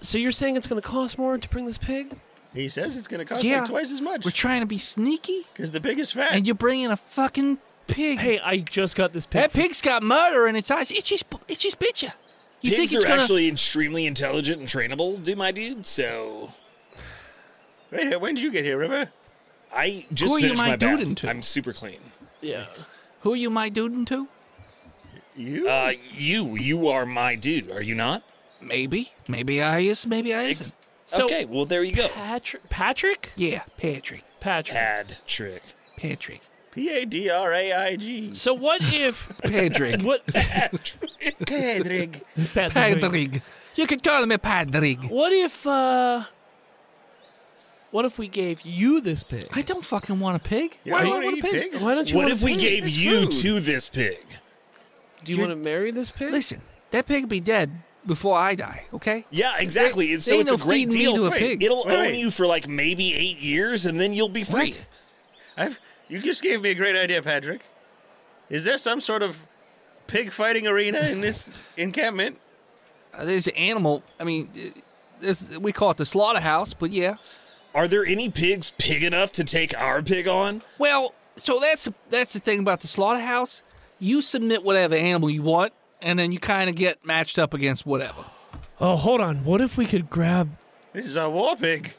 [SPEAKER 4] So you're saying it's gonna cost more to bring this pig?
[SPEAKER 2] He says it's gonna cost
[SPEAKER 5] Yeah.
[SPEAKER 2] like twice as much
[SPEAKER 5] we're trying to be sneaky,
[SPEAKER 2] because the pig is fat.
[SPEAKER 5] and you're bringing a fucking pig.
[SPEAKER 4] Hey, I just got this pig.
[SPEAKER 5] that pig's got murder in its eyes. It's just, it's just bitcha. You
[SPEAKER 3] Pigs
[SPEAKER 5] think it's
[SPEAKER 3] are
[SPEAKER 5] gonna?
[SPEAKER 3] actually extremely intelligent and trainable, do my dude. So
[SPEAKER 2] Wait, when did you get here, River?
[SPEAKER 3] I just
[SPEAKER 5] Who are you
[SPEAKER 3] finished
[SPEAKER 5] my
[SPEAKER 3] my bath.
[SPEAKER 5] dudin' to?
[SPEAKER 3] I'm super clean.
[SPEAKER 4] Yeah.
[SPEAKER 5] who are you, my dudin' to?
[SPEAKER 2] You?
[SPEAKER 3] Uh, you you are my dude, are you not?
[SPEAKER 5] Maybe, maybe I is, maybe I isn't.
[SPEAKER 4] So-
[SPEAKER 3] okay, well there you go.
[SPEAKER 4] Patrick. Patrick.
[SPEAKER 5] Yeah, Patrick,
[SPEAKER 4] Patrick.
[SPEAKER 3] Pad trick.
[SPEAKER 5] Patrick,
[SPEAKER 2] P a d r a i g.
[SPEAKER 4] So what if
[SPEAKER 5] Patrick,
[SPEAKER 4] what?
[SPEAKER 2] Pedrig.
[SPEAKER 4] Patrick.
[SPEAKER 5] Patrick. You could call me Patrick.
[SPEAKER 4] What if uh what if we gave you this pig?
[SPEAKER 5] I don't fucking want a pig.
[SPEAKER 2] Yeah,
[SPEAKER 4] do
[SPEAKER 2] you
[SPEAKER 4] I
[SPEAKER 2] wanna
[SPEAKER 4] want a
[SPEAKER 2] eat
[SPEAKER 4] pig?
[SPEAKER 2] pig?
[SPEAKER 4] Why don't you
[SPEAKER 3] What
[SPEAKER 4] want
[SPEAKER 3] if
[SPEAKER 4] a
[SPEAKER 3] we
[SPEAKER 4] pig?
[SPEAKER 3] gave
[SPEAKER 2] It's
[SPEAKER 3] you
[SPEAKER 2] food.
[SPEAKER 3] to this pig?
[SPEAKER 4] Do you want to marry this pig?
[SPEAKER 5] Listen, that pig be dead before I die. Okay.
[SPEAKER 3] Yeah, exactly. It's- so
[SPEAKER 5] ain't
[SPEAKER 3] it's
[SPEAKER 5] no
[SPEAKER 3] a great
[SPEAKER 5] feeding me
[SPEAKER 3] deal.
[SPEAKER 5] to a Wait, pig.
[SPEAKER 3] It'll
[SPEAKER 2] wait,
[SPEAKER 3] own
[SPEAKER 2] wait.
[SPEAKER 3] you for like maybe eight years, and then you'll be free.
[SPEAKER 5] What?
[SPEAKER 2] I've, you just gave me a great idea, Patrick. Is there some sort of pig fighting arena in this encampment?
[SPEAKER 5] Uh, there's an animal. I mean, uh, there's, we call it the slaughterhouse, but yeah.
[SPEAKER 3] Are there any pigs pig enough to take our pig on?
[SPEAKER 5] Well, so that's that's the thing about the slaughterhouse. You submit whatever animal you want, and then you kind of get matched up against whatever.
[SPEAKER 4] Oh, hold on. What if we could grab
[SPEAKER 2] This is our war pig.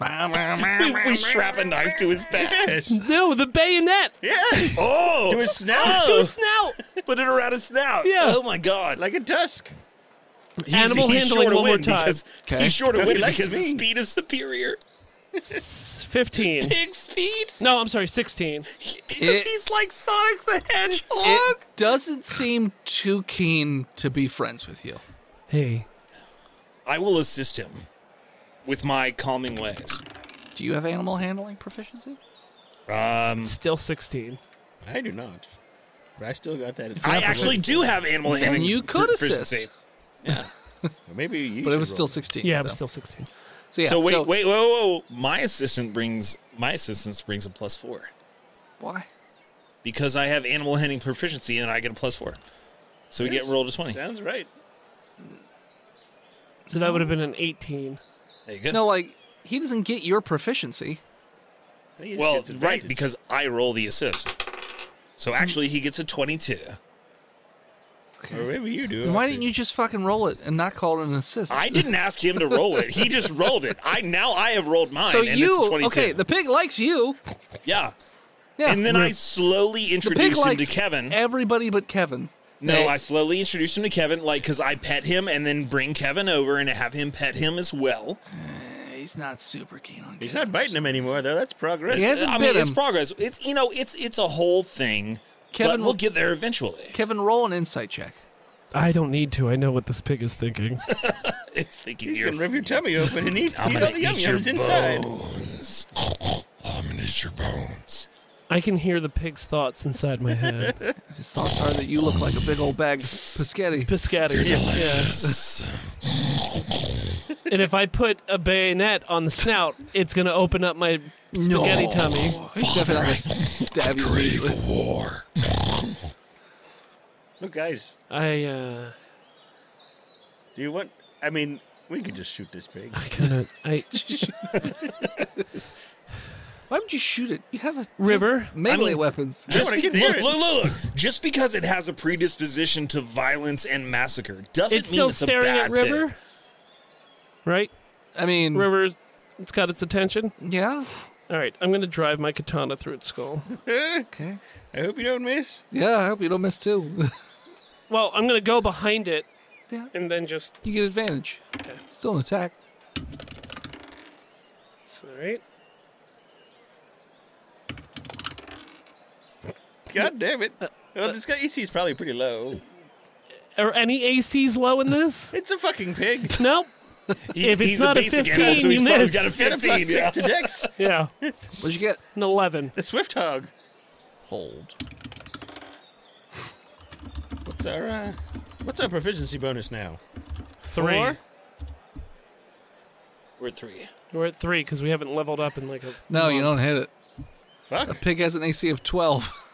[SPEAKER 3] We, we strap a knife to his back.
[SPEAKER 2] Yes.
[SPEAKER 4] No, the bayonet.
[SPEAKER 2] yes.
[SPEAKER 3] Oh,
[SPEAKER 2] To his snout.
[SPEAKER 4] To his snout.
[SPEAKER 3] put it around his snout.
[SPEAKER 4] Yeah.
[SPEAKER 3] Oh my god.
[SPEAKER 2] Like a tusk.
[SPEAKER 3] he's,
[SPEAKER 4] Animal
[SPEAKER 3] he's
[SPEAKER 4] handling
[SPEAKER 3] sure to
[SPEAKER 4] one more
[SPEAKER 3] win
[SPEAKER 4] time.
[SPEAKER 3] Because,
[SPEAKER 5] Okay.
[SPEAKER 3] He's sure to
[SPEAKER 2] He
[SPEAKER 3] win
[SPEAKER 2] likes
[SPEAKER 3] because his
[SPEAKER 2] me.
[SPEAKER 3] speed is superior.
[SPEAKER 4] 15.
[SPEAKER 3] Pig speed?
[SPEAKER 4] No, I'm sorry, 16.
[SPEAKER 3] Because
[SPEAKER 5] It-
[SPEAKER 3] he's like Sonic the Hedgehog.
[SPEAKER 5] It doesn't seem too keen to be friends with you.
[SPEAKER 4] Hey.
[SPEAKER 3] I will assist him with my calming ways.
[SPEAKER 5] Do you have animal handling proficiency?
[SPEAKER 3] Um,
[SPEAKER 4] Still 16.
[SPEAKER 2] I do not. But I still got that.
[SPEAKER 3] I actually do have animal handling.
[SPEAKER 5] you could
[SPEAKER 3] proficiency.
[SPEAKER 5] assist.
[SPEAKER 2] Maybe you.
[SPEAKER 5] But it
[SPEAKER 2] should
[SPEAKER 5] was
[SPEAKER 2] roll.
[SPEAKER 5] still 16.
[SPEAKER 4] Yeah,
[SPEAKER 5] so.
[SPEAKER 4] but still 16.
[SPEAKER 5] So, yeah,
[SPEAKER 3] so wait, wait, whoa, whoa! My assistant brings my assistance brings a plus four
[SPEAKER 5] Why?
[SPEAKER 3] because I have animal handling proficiency and I get a plus four. So we get rolled a twenty. There
[SPEAKER 2] Sounds right.
[SPEAKER 4] So that would have been an 18.
[SPEAKER 3] you go.
[SPEAKER 5] No, like, he doesn't get your proficiency.
[SPEAKER 2] I think it
[SPEAKER 3] well,
[SPEAKER 2] gets advantage.
[SPEAKER 3] right, because I roll the assist. So actually, he gets a twenty-two.
[SPEAKER 2] Or maybe you do.
[SPEAKER 5] Then why didn't you just fucking roll it and not call it an assist?
[SPEAKER 3] I didn't ask him to roll it. He just rolled it. I now I have rolled mine.
[SPEAKER 5] so
[SPEAKER 3] and
[SPEAKER 5] you
[SPEAKER 3] it's a twenty-two.
[SPEAKER 5] okay? The pig likes you.
[SPEAKER 3] yeah.
[SPEAKER 5] Yeah.
[SPEAKER 3] And then I slowly
[SPEAKER 5] the pig
[SPEAKER 3] introduce him
[SPEAKER 5] likes
[SPEAKER 3] to Kevin.
[SPEAKER 5] Everybody but Kevin.
[SPEAKER 3] No,
[SPEAKER 5] Hey,
[SPEAKER 3] I slowly introduce him to Kevin, like because I pet him and then bring Kevin over and have him pet him as well.
[SPEAKER 5] he's not super keen on.
[SPEAKER 2] He's
[SPEAKER 5] Kevin.
[SPEAKER 2] not biting him anymore, though. That's progress.
[SPEAKER 5] He
[SPEAKER 3] It's-
[SPEAKER 5] hasn't
[SPEAKER 3] I
[SPEAKER 5] bit
[SPEAKER 3] mean, it's
[SPEAKER 5] him.
[SPEAKER 3] progress. It's you know, it's it's a whole thing.
[SPEAKER 5] Kevin
[SPEAKER 3] but
[SPEAKER 5] will-
[SPEAKER 3] we'll get there eventually.
[SPEAKER 5] Kevin, roll an insight check.
[SPEAKER 4] I don't need to. I know what this pig is thinking.
[SPEAKER 3] It's thinking
[SPEAKER 2] You
[SPEAKER 3] you're.
[SPEAKER 2] can rip your tummy open and eat,
[SPEAKER 3] I'm
[SPEAKER 2] eat
[SPEAKER 3] gonna
[SPEAKER 2] all the yum
[SPEAKER 3] eat your
[SPEAKER 2] yums inside.
[SPEAKER 3] bones.
[SPEAKER 7] I'm gonna eat your bones.
[SPEAKER 4] I can hear the pig's thoughts inside my head.
[SPEAKER 5] His thoughts are that you look like a big old bag of Piscetti.
[SPEAKER 4] Piscati.
[SPEAKER 7] Delicious.
[SPEAKER 4] and if I put a bayonet on the snout, it's gonna open up my spaghetti tummy.
[SPEAKER 1] Father, I stab you immediately.
[SPEAKER 6] war.
[SPEAKER 2] Look, guys,
[SPEAKER 4] I uh,
[SPEAKER 2] do you want? I mean, we could just shoot this pig.
[SPEAKER 4] I kind of I
[SPEAKER 1] Why would you shoot it? You have a
[SPEAKER 4] river.
[SPEAKER 1] melee
[SPEAKER 8] mean-
[SPEAKER 1] weapons.
[SPEAKER 8] Just
[SPEAKER 2] wanna
[SPEAKER 8] be-
[SPEAKER 2] hear
[SPEAKER 8] look,
[SPEAKER 2] it.
[SPEAKER 8] look, look, look. Just because it has a predisposition to violence and massacre doesn't
[SPEAKER 4] It's
[SPEAKER 8] mean
[SPEAKER 4] still
[SPEAKER 8] it's
[SPEAKER 4] staring
[SPEAKER 8] a bad
[SPEAKER 4] at river,
[SPEAKER 8] Pig.
[SPEAKER 4] right?
[SPEAKER 1] I mean,
[SPEAKER 4] River's it's got its attention.
[SPEAKER 1] yeah.
[SPEAKER 4] All right, I'm gonna drive my katana through its skull.
[SPEAKER 1] Okay.
[SPEAKER 2] I hope you don't miss.
[SPEAKER 1] Yeah, I hope you don't miss too.
[SPEAKER 4] Well, I'm gonna go behind it,
[SPEAKER 1] Yeah.
[SPEAKER 4] and then just
[SPEAKER 1] you get advantage. Still an attack.
[SPEAKER 4] all right.
[SPEAKER 2] God damn it! Well, this guy AC is probably pretty low.
[SPEAKER 4] Are any ACs low in this?
[SPEAKER 2] It's a fucking pig.
[SPEAKER 4] nope.
[SPEAKER 8] He's,
[SPEAKER 4] If it's
[SPEAKER 8] he's
[SPEAKER 4] not a
[SPEAKER 8] a basic animal,
[SPEAKER 4] 15,
[SPEAKER 8] so he's
[SPEAKER 4] you
[SPEAKER 8] probably
[SPEAKER 4] miss.
[SPEAKER 8] got a
[SPEAKER 2] Get a plus
[SPEAKER 8] 15.
[SPEAKER 2] six
[SPEAKER 8] Yeah.
[SPEAKER 2] to Dex.
[SPEAKER 4] Yeah,
[SPEAKER 1] What'd you get?
[SPEAKER 4] an eleven.
[SPEAKER 2] The Swift Hog.
[SPEAKER 1] Hold.
[SPEAKER 2] What's our uh, what's our proficiency bonus now?
[SPEAKER 4] Three.
[SPEAKER 2] Four?
[SPEAKER 8] We're three.
[SPEAKER 4] We're at three because we haven't leveled up in like a.
[SPEAKER 1] No, you don't hit it.
[SPEAKER 2] Fuck!
[SPEAKER 1] Pig has an AC of 12.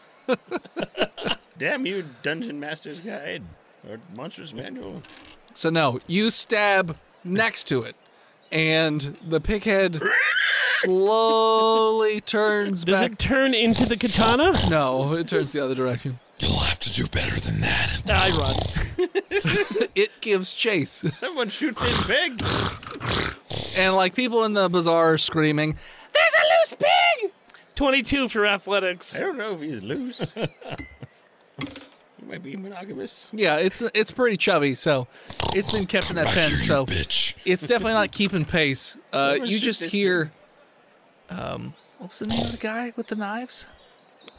[SPEAKER 2] Damn you, Dungeon Master's Guide or Monster's Manual.
[SPEAKER 1] So no, you stab next to it, and the pig head slowly turns
[SPEAKER 4] Does
[SPEAKER 1] back.
[SPEAKER 4] it turn into the katana?
[SPEAKER 1] no, it turns the other direction.
[SPEAKER 6] You'll have to do better than that.
[SPEAKER 4] I run.
[SPEAKER 1] It gives chase,
[SPEAKER 2] Someone shoot this pig!
[SPEAKER 1] and like people in the bazaar are screaming,
[SPEAKER 4] There's a loose pig. Twenty-two for athletics.
[SPEAKER 2] I don't know if he's loose. he might be monogamous.
[SPEAKER 1] "Yeah, it's it's pretty chubby." So it's been kept in that pen.
[SPEAKER 6] Here, you
[SPEAKER 1] So
[SPEAKER 6] bitch.
[SPEAKER 1] it's definitely not keeping pace. Uh,
[SPEAKER 2] Someone
[SPEAKER 1] you
[SPEAKER 2] shoot
[SPEAKER 1] just
[SPEAKER 2] this
[SPEAKER 1] hear, um, what was the name of the guy with the knives?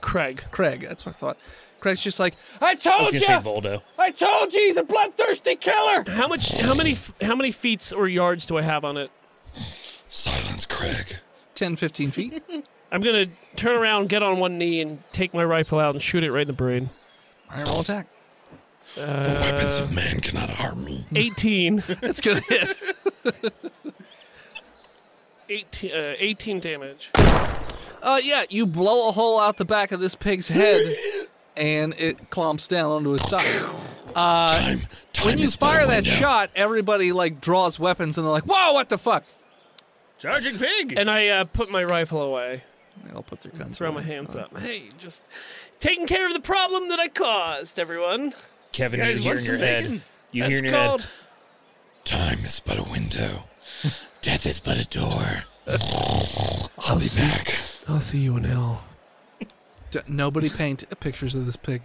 [SPEAKER 4] Craig.
[SPEAKER 1] Craig. That's what I thought. Craig's just like, "Ah,
[SPEAKER 5] I
[SPEAKER 4] Oh,
[SPEAKER 5] told you!
[SPEAKER 8] Voldo.
[SPEAKER 5] I told you he's a bloodthirsty killer!
[SPEAKER 4] How much? How many? f- How many feet or yards do I have on it?
[SPEAKER 6] Silence, Craig.
[SPEAKER 1] 10, 15 feet.
[SPEAKER 4] I'm gonna turn around, get on one knee, and take my rifle out and shoot it right in the brain.
[SPEAKER 1] All right, roll attack.
[SPEAKER 6] The weapons of man cannot harm me.
[SPEAKER 4] Eighteen.
[SPEAKER 1] That's gonna hit.
[SPEAKER 4] 18, uh, 18 damage.
[SPEAKER 1] Uh, yeah, you blow a hole out the back of this pig's head, and it clomps down onto its side. Uh,
[SPEAKER 6] time, time
[SPEAKER 1] When you
[SPEAKER 6] is but a
[SPEAKER 1] fire that
[SPEAKER 6] window.
[SPEAKER 1] shot, everybody like draws weapons and they're like, "Whoa, what the fuck?"
[SPEAKER 2] Charging pig!
[SPEAKER 4] And I uh, put my rifle away,
[SPEAKER 1] They'll put their guns.
[SPEAKER 4] throw my
[SPEAKER 1] away.
[SPEAKER 4] hands up. Hey, just taking care of the problem that I caused, everyone.
[SPEAKER 8] Kevin,
[SPEAKER 2] Guys,
[SPEAKER 8] you hear
[SPEAKER 2] want
[SPEAKER 8] in your
[SPEAKER 2] some
[SPEAKER 8] head.
[SPEAKER 2] bacon?
[SPEAKER 8] You hear
[SPEAKER 4] That's
[SPEAKER 8] in your
[SPEAKER 4] called.
[SPEAKER 8] head.
[SPEAKER 6] Time is but a window. Death is but a door. I'll be back.
[SPEAKER 4] I'll see you in hell.
[SPEAKER 1] D- nobody paint pictures of this pig.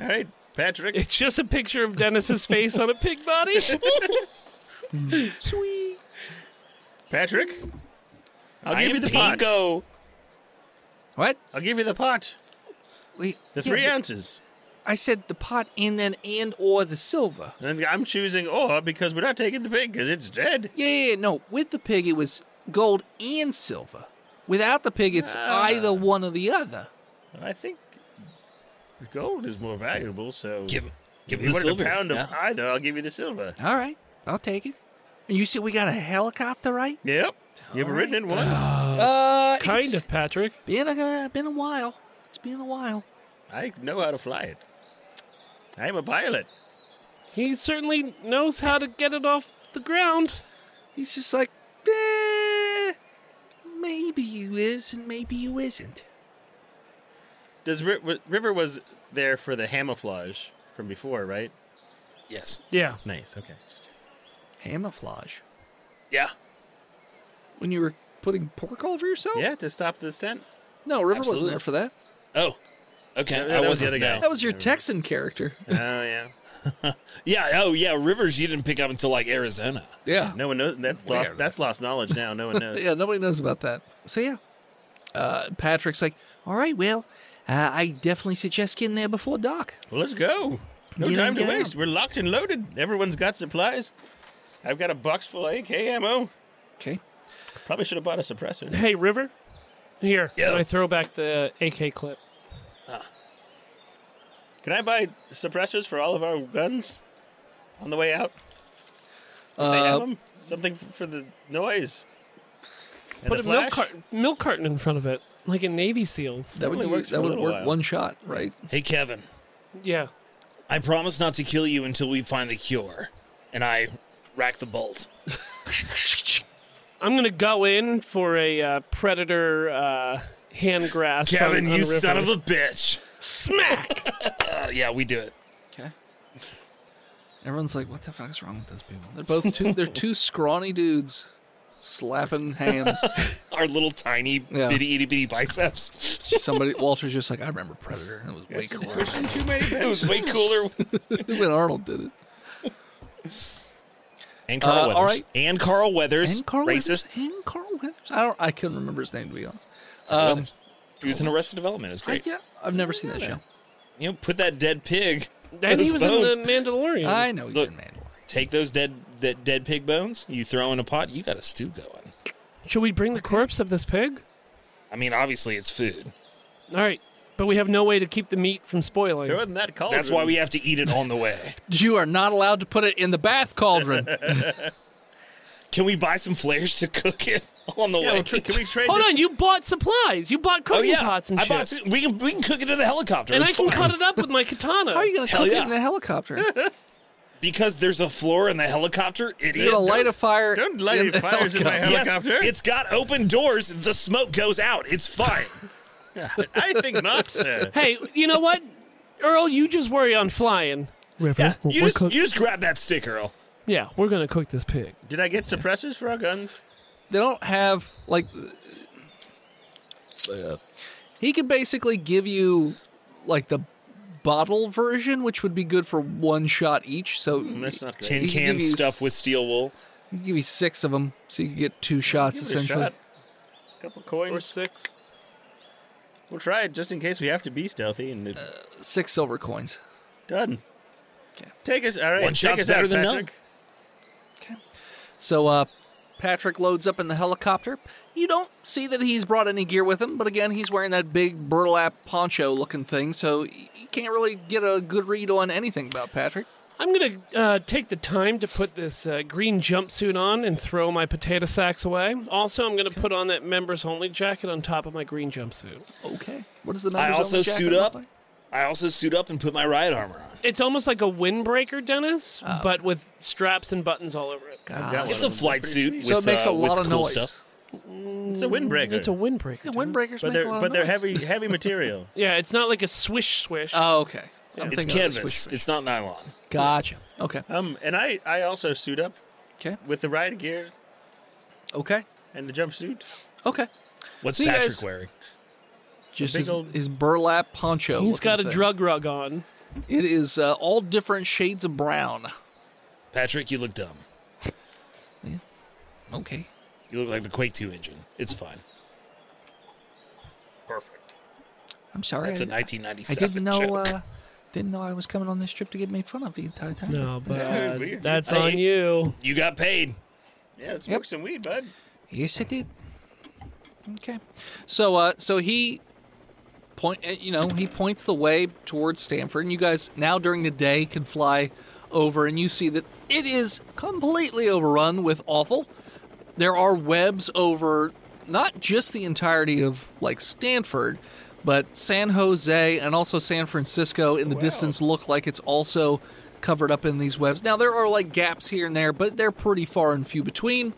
[SPEAKER 2] All right, Patrick.
[SPEAKER 4] It's just a picture of Dennis's face on a pig body.
[SPEAKER 2] Patrick, I'll
[SPEAKER 8] I
[SPEAKER 2] give you
[SPEAKER 8] am
[SPEAKER 2] the pot.
[SPEAKER 8] Pico.
[SPEAKER 1] What?
[SPEAKER 2] I'll give you the pot.
[SPEAKER 1] Wait,
[SPEAKER 2] The
[SPEAKER 1] yeah,
[SPEAKER 2] three
[SPEAKER 1] but
[SPEAKER 2] ounces.
[SPEAKER 1] I said the pot and then and or the silver.
[SPEAKER 2] And I'm choosing or because we're not taking the pig because it's dead.
[SPEAKER 1] Yeah, yeah, yeah, no. With the pig, it was gold and silver. Without the pig, it's
[SPEAKER 3] Ah.
[SPEAKER 1] either one or the other.
[SPEAKER 2] I think the gold is more valuable, so
[SPEAKER 8] Give him, give him
[SPEAKER 2] if you
[SPEAKER 8] the
[SPEAKER 2] wanted
[SPEAKER 8] silver.
[SPEAKER 2] a pound of
[SPEAKER 8] Yeah.
[SPEAKER 2] either, I'll give you the silver.
[SPEAKER 1] All right, I'll take it. And you said we got a helicopter, right?
[SPEAKER 2] Yep. You ever ridden in one?
[SPEAKER 8] Ah.
[SPEAKER 1] Uh,
[SPEAKER 4] kind
[SPEAKER 1] it's
[SPEAKER 4] of, Patrick.
[SPEAKER 1] Been a uh, been a while. It's been a while.
[SPEAKER 2] I know how to fly it. I'm a pilot.
[SPEAKER 4] He certainly knows how to get it off the ground.
[SPEAKER 1] He's just like, eh, maybe you is and maybe you isn't.
[SPEAKER 2] Does Ri- w- River was there for the camouflage from before, right?
[SPEAKER 8] Yes.
[SPEAKER 4] Yeah.
[SPEAKER 2] Nice. Okay. Just-
[SPEAKER 1] Camouflage.
[SPEAKER 8] Yeah.
[SPEAKER 1] When you were putting pork all over yourself?
[SPEAKER 2] Yeah, to stop the scent.
[SPEAKER 1] No, River
[SPEAKER 8] Absolutely.
[SPEAKER 1] wasn't there for that.
[SPEAKER 8] Oh. Okay.
[SPEAKER 2] Yeah, that
[SPEAKER 8] I
[SPEAKER 2] was the
[SPEAKER 8] wasn't
[SPEAKER 2] other
[SPEAKER 8] no.
[SPEAKER 2] guy.
[SPEAKER 1] That was your
[SPEAKER 2] Never mind.
[SPEAKER 1] Texan character.
[SPEAKER 2] Oh yeah.
[SPEAKER 8] Yeah. Oh, yeah. Rivers, you didn't pick up until like Arizona.
[SPEAKER 1] Yeah.
[SPEAKER 2] No one knows. That's lost. That's lost knowledge now. No one knows.
[SPEAKER 1] Yeah, nobody knows about that. So yeah. Uh, Patrick's like, all right, well, uh, I definitely suggest getting there before dark.
[SPEAKER 2] Well, let's go. No
[SPEAKER 1] Get
[SPEAKER 2] time
[SPEAKER 1] him
[SPEAKER 2] to
[SPEAKER 1] down.
[SPEAKER 2] waste. We're locked and loaded. Everyone's got supplies. I've got a box full of AK ammo.
[SPEAKER 1] Okay.
[SPEAKER 2] Probably should have bought a suppressor.
[SPEAKER 4] Hey, River. Here.
[SPEAKER 8] Yo.
[SPEAKER 4] And I throw back the AK clip.
[SPEAKER 2] Can I buy suppressors for all of our guns on the way out? they
[SPEAKER 4] Uh,
[SPEAKER 2] have 'em? Something f- for the noise. And
[SPEAKER 4] Put
[SPEAKER 2] the
[SPEAKER 4] a milk,
[SPEAKER 2] flash?
[SPEAKER 4] cart- milk carton in front of it, like in Navy SEALs.
[SPEAKER 1] That would
[SPEAKER 2] Only
[SPEAKER 1] be,
[SPEAKER 2] works for
[SPEAKER 1] that
[SPEAKER 2] a
[SPEAKER 1] would
[SPEAKER 2] little
[SPEAKER 1] work
[SPEAKER 2] while.
[SPEAKER 1] one shot, right?
[SPEAKER 3] Hey, Kevin,
[SPEAKER 4] yeah.
[SPEAKER 3] I promise not to kill you until we find the cure. And I rack the bolt.
[SPEAKER 4] I'm gonna go in for a uh, predator uh, hand grasp.
[SPEAKER 3] Kevin,
[SPEAKER 4] on,
[SPEAKER 3] you
[SPEAKER 4] on Ripley.
[SPEAKER 3] son of a bitch.
[SPEAKER 4] smack!
[SPEAKER 3] Uh, yeah, we do it.
[SPEAKER 1] Okay. Everyone's like, "What the fuck is wrong with those people?" They're both two. they're two scrawny dudes, slapping hands.
[SPEAKER 3] Our little tiny
[SPEAKER 1] Yeah.
[SPEAKER 3] bitty itty bitty biceps.
[SPEAKER 1] Somebody Walter's just like, "I remember Predator. It was way cooler."
[SPEAKER 3] it was way cooler.
[SPEAKER 1] when Arnold did it.
[SPEAKER 3] And Carl
[SPEAKER 1] Uh,
[SPEAKER 3] Weathers.
[SPEAKER 1] all right.
[SPEAKER 3] And Carl Weathers.
[SPEAKER 1] And Carl
[SPEAKER 3] racist.
[SPEAKER 1] Weathers. And Carl Weathers. I don't. I couldn't remember his name to be honest. Um,
[SPEAKER 3] Weathers. He was in Arrested Development. It was
[SPEAKER 1] I,
[SPEAKER 3] great.
[SPEAKER 1] yeah, I've never seen that show.
[SPEAKER 3] You know, put that dead pig.
[SPEAKER 4] And he
[SPEAKER 3] those
[SPEAKER 4] was
[SPEAKER 3] bones.
[SPEAKER 4] in the Mandalorian.
[SPEAKER 1] I know he's
[SPEAKER 3] Look.
[SPEAKER 1] in Mandalorian.
[SPEAKER 3] Take those dead that dead pig bones. You throw in a pot. You got a stew going.
[SPEAKER 4] Should we bring the corpse of this pig?
[SPEAKER 3] I mean, obviously it's food.
[SPEAKER 4] All right, but we have no way to keep the meat from spoiling.
[SPEAKER 2] Throw it in that cauldron.
[SPEAKER 3] That's why we have to eat it on the way.
[SPEAKER 1] You are not allowed to put it in the bath cauldron.
[SPEAKER 3] Can we buy some flares to cook it on the
[SPEAKER 2] Yeah,
[SPEAKER 3] way?
[SPEAKER 2] well, tr- can we trade?
[SPEAKER 4] Hold
[SPEAKER 2] this?
[SPEAKER 4] on, you bought supplies. You bought
[SPEAKER 3] oh
[SPEAKER 4] cooking
[SPEAKER 3] yeah,
[SPEAKER 4] pots and
[SPEAKER 3] I
[SPEAKER 4] shit,
[SPEAKER 3] bought. Some, we can we can cook it in the helicopter.
[SPEAKER 4] and I
[SPEAKER 3] It's
[SPEAKER 4] can
[SPEAKER 3] fine.
[SPEAKER 4] cut it up with my katana.
[SPEAKER 1] How are you going to
[SPEAKER 3] Hell
[SPEAKER 1] cook
[SPEAKER 3] yeah.
[SPEAKER 1] it in a helicopter?
[SPEAKER 3] because there's a floor in the helicopter.
[SPEAKER 1] You're
[SPEAKER 3] Idiot.
[SPEAKER 1] going to light a fire.
[SPEAKER 2] don't light any
[SPEAKER 1] the
[SPEAKER 2] fires in my
[SPEAKER 1] helicopter.
[SPEAKER 3] Yes,
[SPEAKER 2] Helicopter?
[SPEAKER 3] it's got open doors. The smoke goes out. It's fine.
[SPEAKER 2] I think not, sir.
[SPEAKER 4] hey, you know what, Earl? You just worry on flying. River,
[SPEAKER 3] yeah,
[SPEAKER 4] we're
[SPEAKER 3] you just,
[SPEAKER 4] cook-
[SPEAKER 3] you just grab that stick, Earl.
[SPEAKER 4] yeah, we're gonna cook this pig.
[SPEAKER 2] Did I get suppressors for our guns?
[SPEAKER 1] They don't have, like. He could basically give you, like, the bottle version, which would be good for one shot each. So
[SPEAKER 2] Mm, That's not great.
[SPEAKER 3] Tin
[SPEAKER 1] You can
[SPEAKER 3] can
[SPEAKER 1] give you
[SPEAKER 3] stuff
[SPEAKER 1] s-
[SPEAKER 3] with steel wool.
[SPEAKER 1] he could give you six of them. So you could get two shots,
[SPEAKER 2] Give it a
[SPEAKER 1] essentially.
[SPEAKER 2] shot. Couple coins.
[SPEAKER 4] six.
[SPEAKER 2] We'll try it just in case we have to be stealthy. And it-
[SPEAKER 1] Six silver coins.
[SPEAKER 2] done. Take us. All right.
[SPEAKER 3] One
[SPEAKER 2] take
[SPEAKER 3] shot's
[SPEAKER 2] us
[SPEAKER 3] better
[SPEAKER 2] out,
[SPEAKER 3] than none.
[SPEAKER 2] Patrick.
[SPEAKER 1] So uh, Patrick loads up in the helicopter. You don't see that he's brought any gear with him, but again, he's wearing that big burlap poncho looking thing, so y- you can't really get a good read on anything about Patrick.
[SPEAKER 4] I'm gonna uh, take the time to put this uh, green jumpsuit on and throw my potato sacks away. Also, I'm gonna put on that members only jacket on top of my green jumpsuit.
[SPEAKER 1] Okay. What does the
[SPEAKER 3] I
[SPEAKER 1] numbers on
[SPEAKER 3] also
[SPEAKER 1] the jacket
[SPEAKER 3] suit
[SPEAKER 1] look
[SPEAKER 3] up.
[SPEAKER 1] like?
[SPEAKER 3] I also suit up and put my riot armor on.
[SPEAKER 4] It's almost like a windbreaker, Dennis, but with straps and buttons all over it.
[SPEAKER 2] I've got
[SPEAKER 3] It's
[SPEAKER 2] one
[SPEAKER 3] a
[SPEAKER 2] of them.
[SPEAKER 3] flight suit. With,
[SPEAKER 1] So it makes a
[SPEAKER 3] uh,
[SPEAKER 1] lot
[SPEAKER 3] with
[SPEAKER 1] of
[SPEAKER 3] cool
[SPEAKER 1] noise.
[SPEAKER 3] Stuff.
[SPEAKER 2] It's a windbreaker.
[SPEAKER 4] It's a windbreaker.
[SPEAKER 1] The
[SPEAKER 4] Dennis.
[SPEAKER 1] windbreakers make
[SPEAKER 2] but they're
[SPEAKER 1] a lot
[SPEAKER 2] but
[SPEAKER 1] of
[SPEAKER 2] they're
[SPEAKER 1] noise.
[SPEAKER 2] heavy heavy material.
[SPEAKER 4] Yeah, it's not like a swish swish.
[SPEAKER 1] Oh, okay. I'm
[SPEAKER 3] It's
[SPEAKER 1] thinking of the
[SPEAKER 3] canvas.
[SPEAKER 1] swish-
[SPEAKER 3] It's not nylon.
[SPEAKER 1] Gotcha. Okay.
[SPEAKER 2] Um, and I I also suit up
[SPEAKER 1] Okay.
[SPEAKER 2] with the riot gear
[SPEAKER 1] Okay.
[SPEAKER 2] and the jumpsuit.
[SPEAKER 1] Okay.
[SPEAKER 3] What's
[SPEAKER 1] So you
[SPEAKER 3] Patrick
[SPEAKER 1] guys-
[SPEAKER 3] wearing?
[SPEAKER 1] Just
[SPEAKER 2] big
[SPEAKER 1] his,
[SPEAKER 2] old-
[SPEAKER 1] his burlap poncho.
[SPEAKER 4] He's got a
[SPEAKER 1] looking thing.
[SPEAKER 4] drug rug on.
[SPEAKER 1] It is uh, all different shades of brown.
[SPEAKER 3] Patrick, you look dumb.
[SPEAKER 1] Okay.
[SPEAKER 3] You look like the Quake 2 engine. It's fine. Perfect.
[SPEAKER 1] I'm sorry.
[SPEAKER 3] That's a
[SPEAKER 1] I- I didn't
[SPEAKER 3] 1997
[SPEAKER 1] know.
[SPEAKER 3] joke.
[SPEAKER 1] Uh, didn't know I was coming on this trip to get made fun of the entire time.
[SPEAKER 4] No, but uh,
[SPEAKER 2] weird.
[SPEAKER 4] that's
[SPEAKER 3] Hey.
[SPEAKER 4] on you.
[SPEAKER 3] you got paid.
[SPEAKER 2] Yeah, let's
[SPEAKER 1] Yep.
[SPEAKER 2] smoke some weed, bud.
[SPEAKER 1] Yes, I did. Okay. So, uh, so he point, uh, you know, he points the way towards Stanford, and you guys now during the day can fly over, and you see that it is completely overrun with awful. There are webs over not just the entirety of like Stanford, but San Jose and also San Francisco in the distance look like it's also covered up in these webs. Now there are like gaps here and there, but they're pretty far and few between.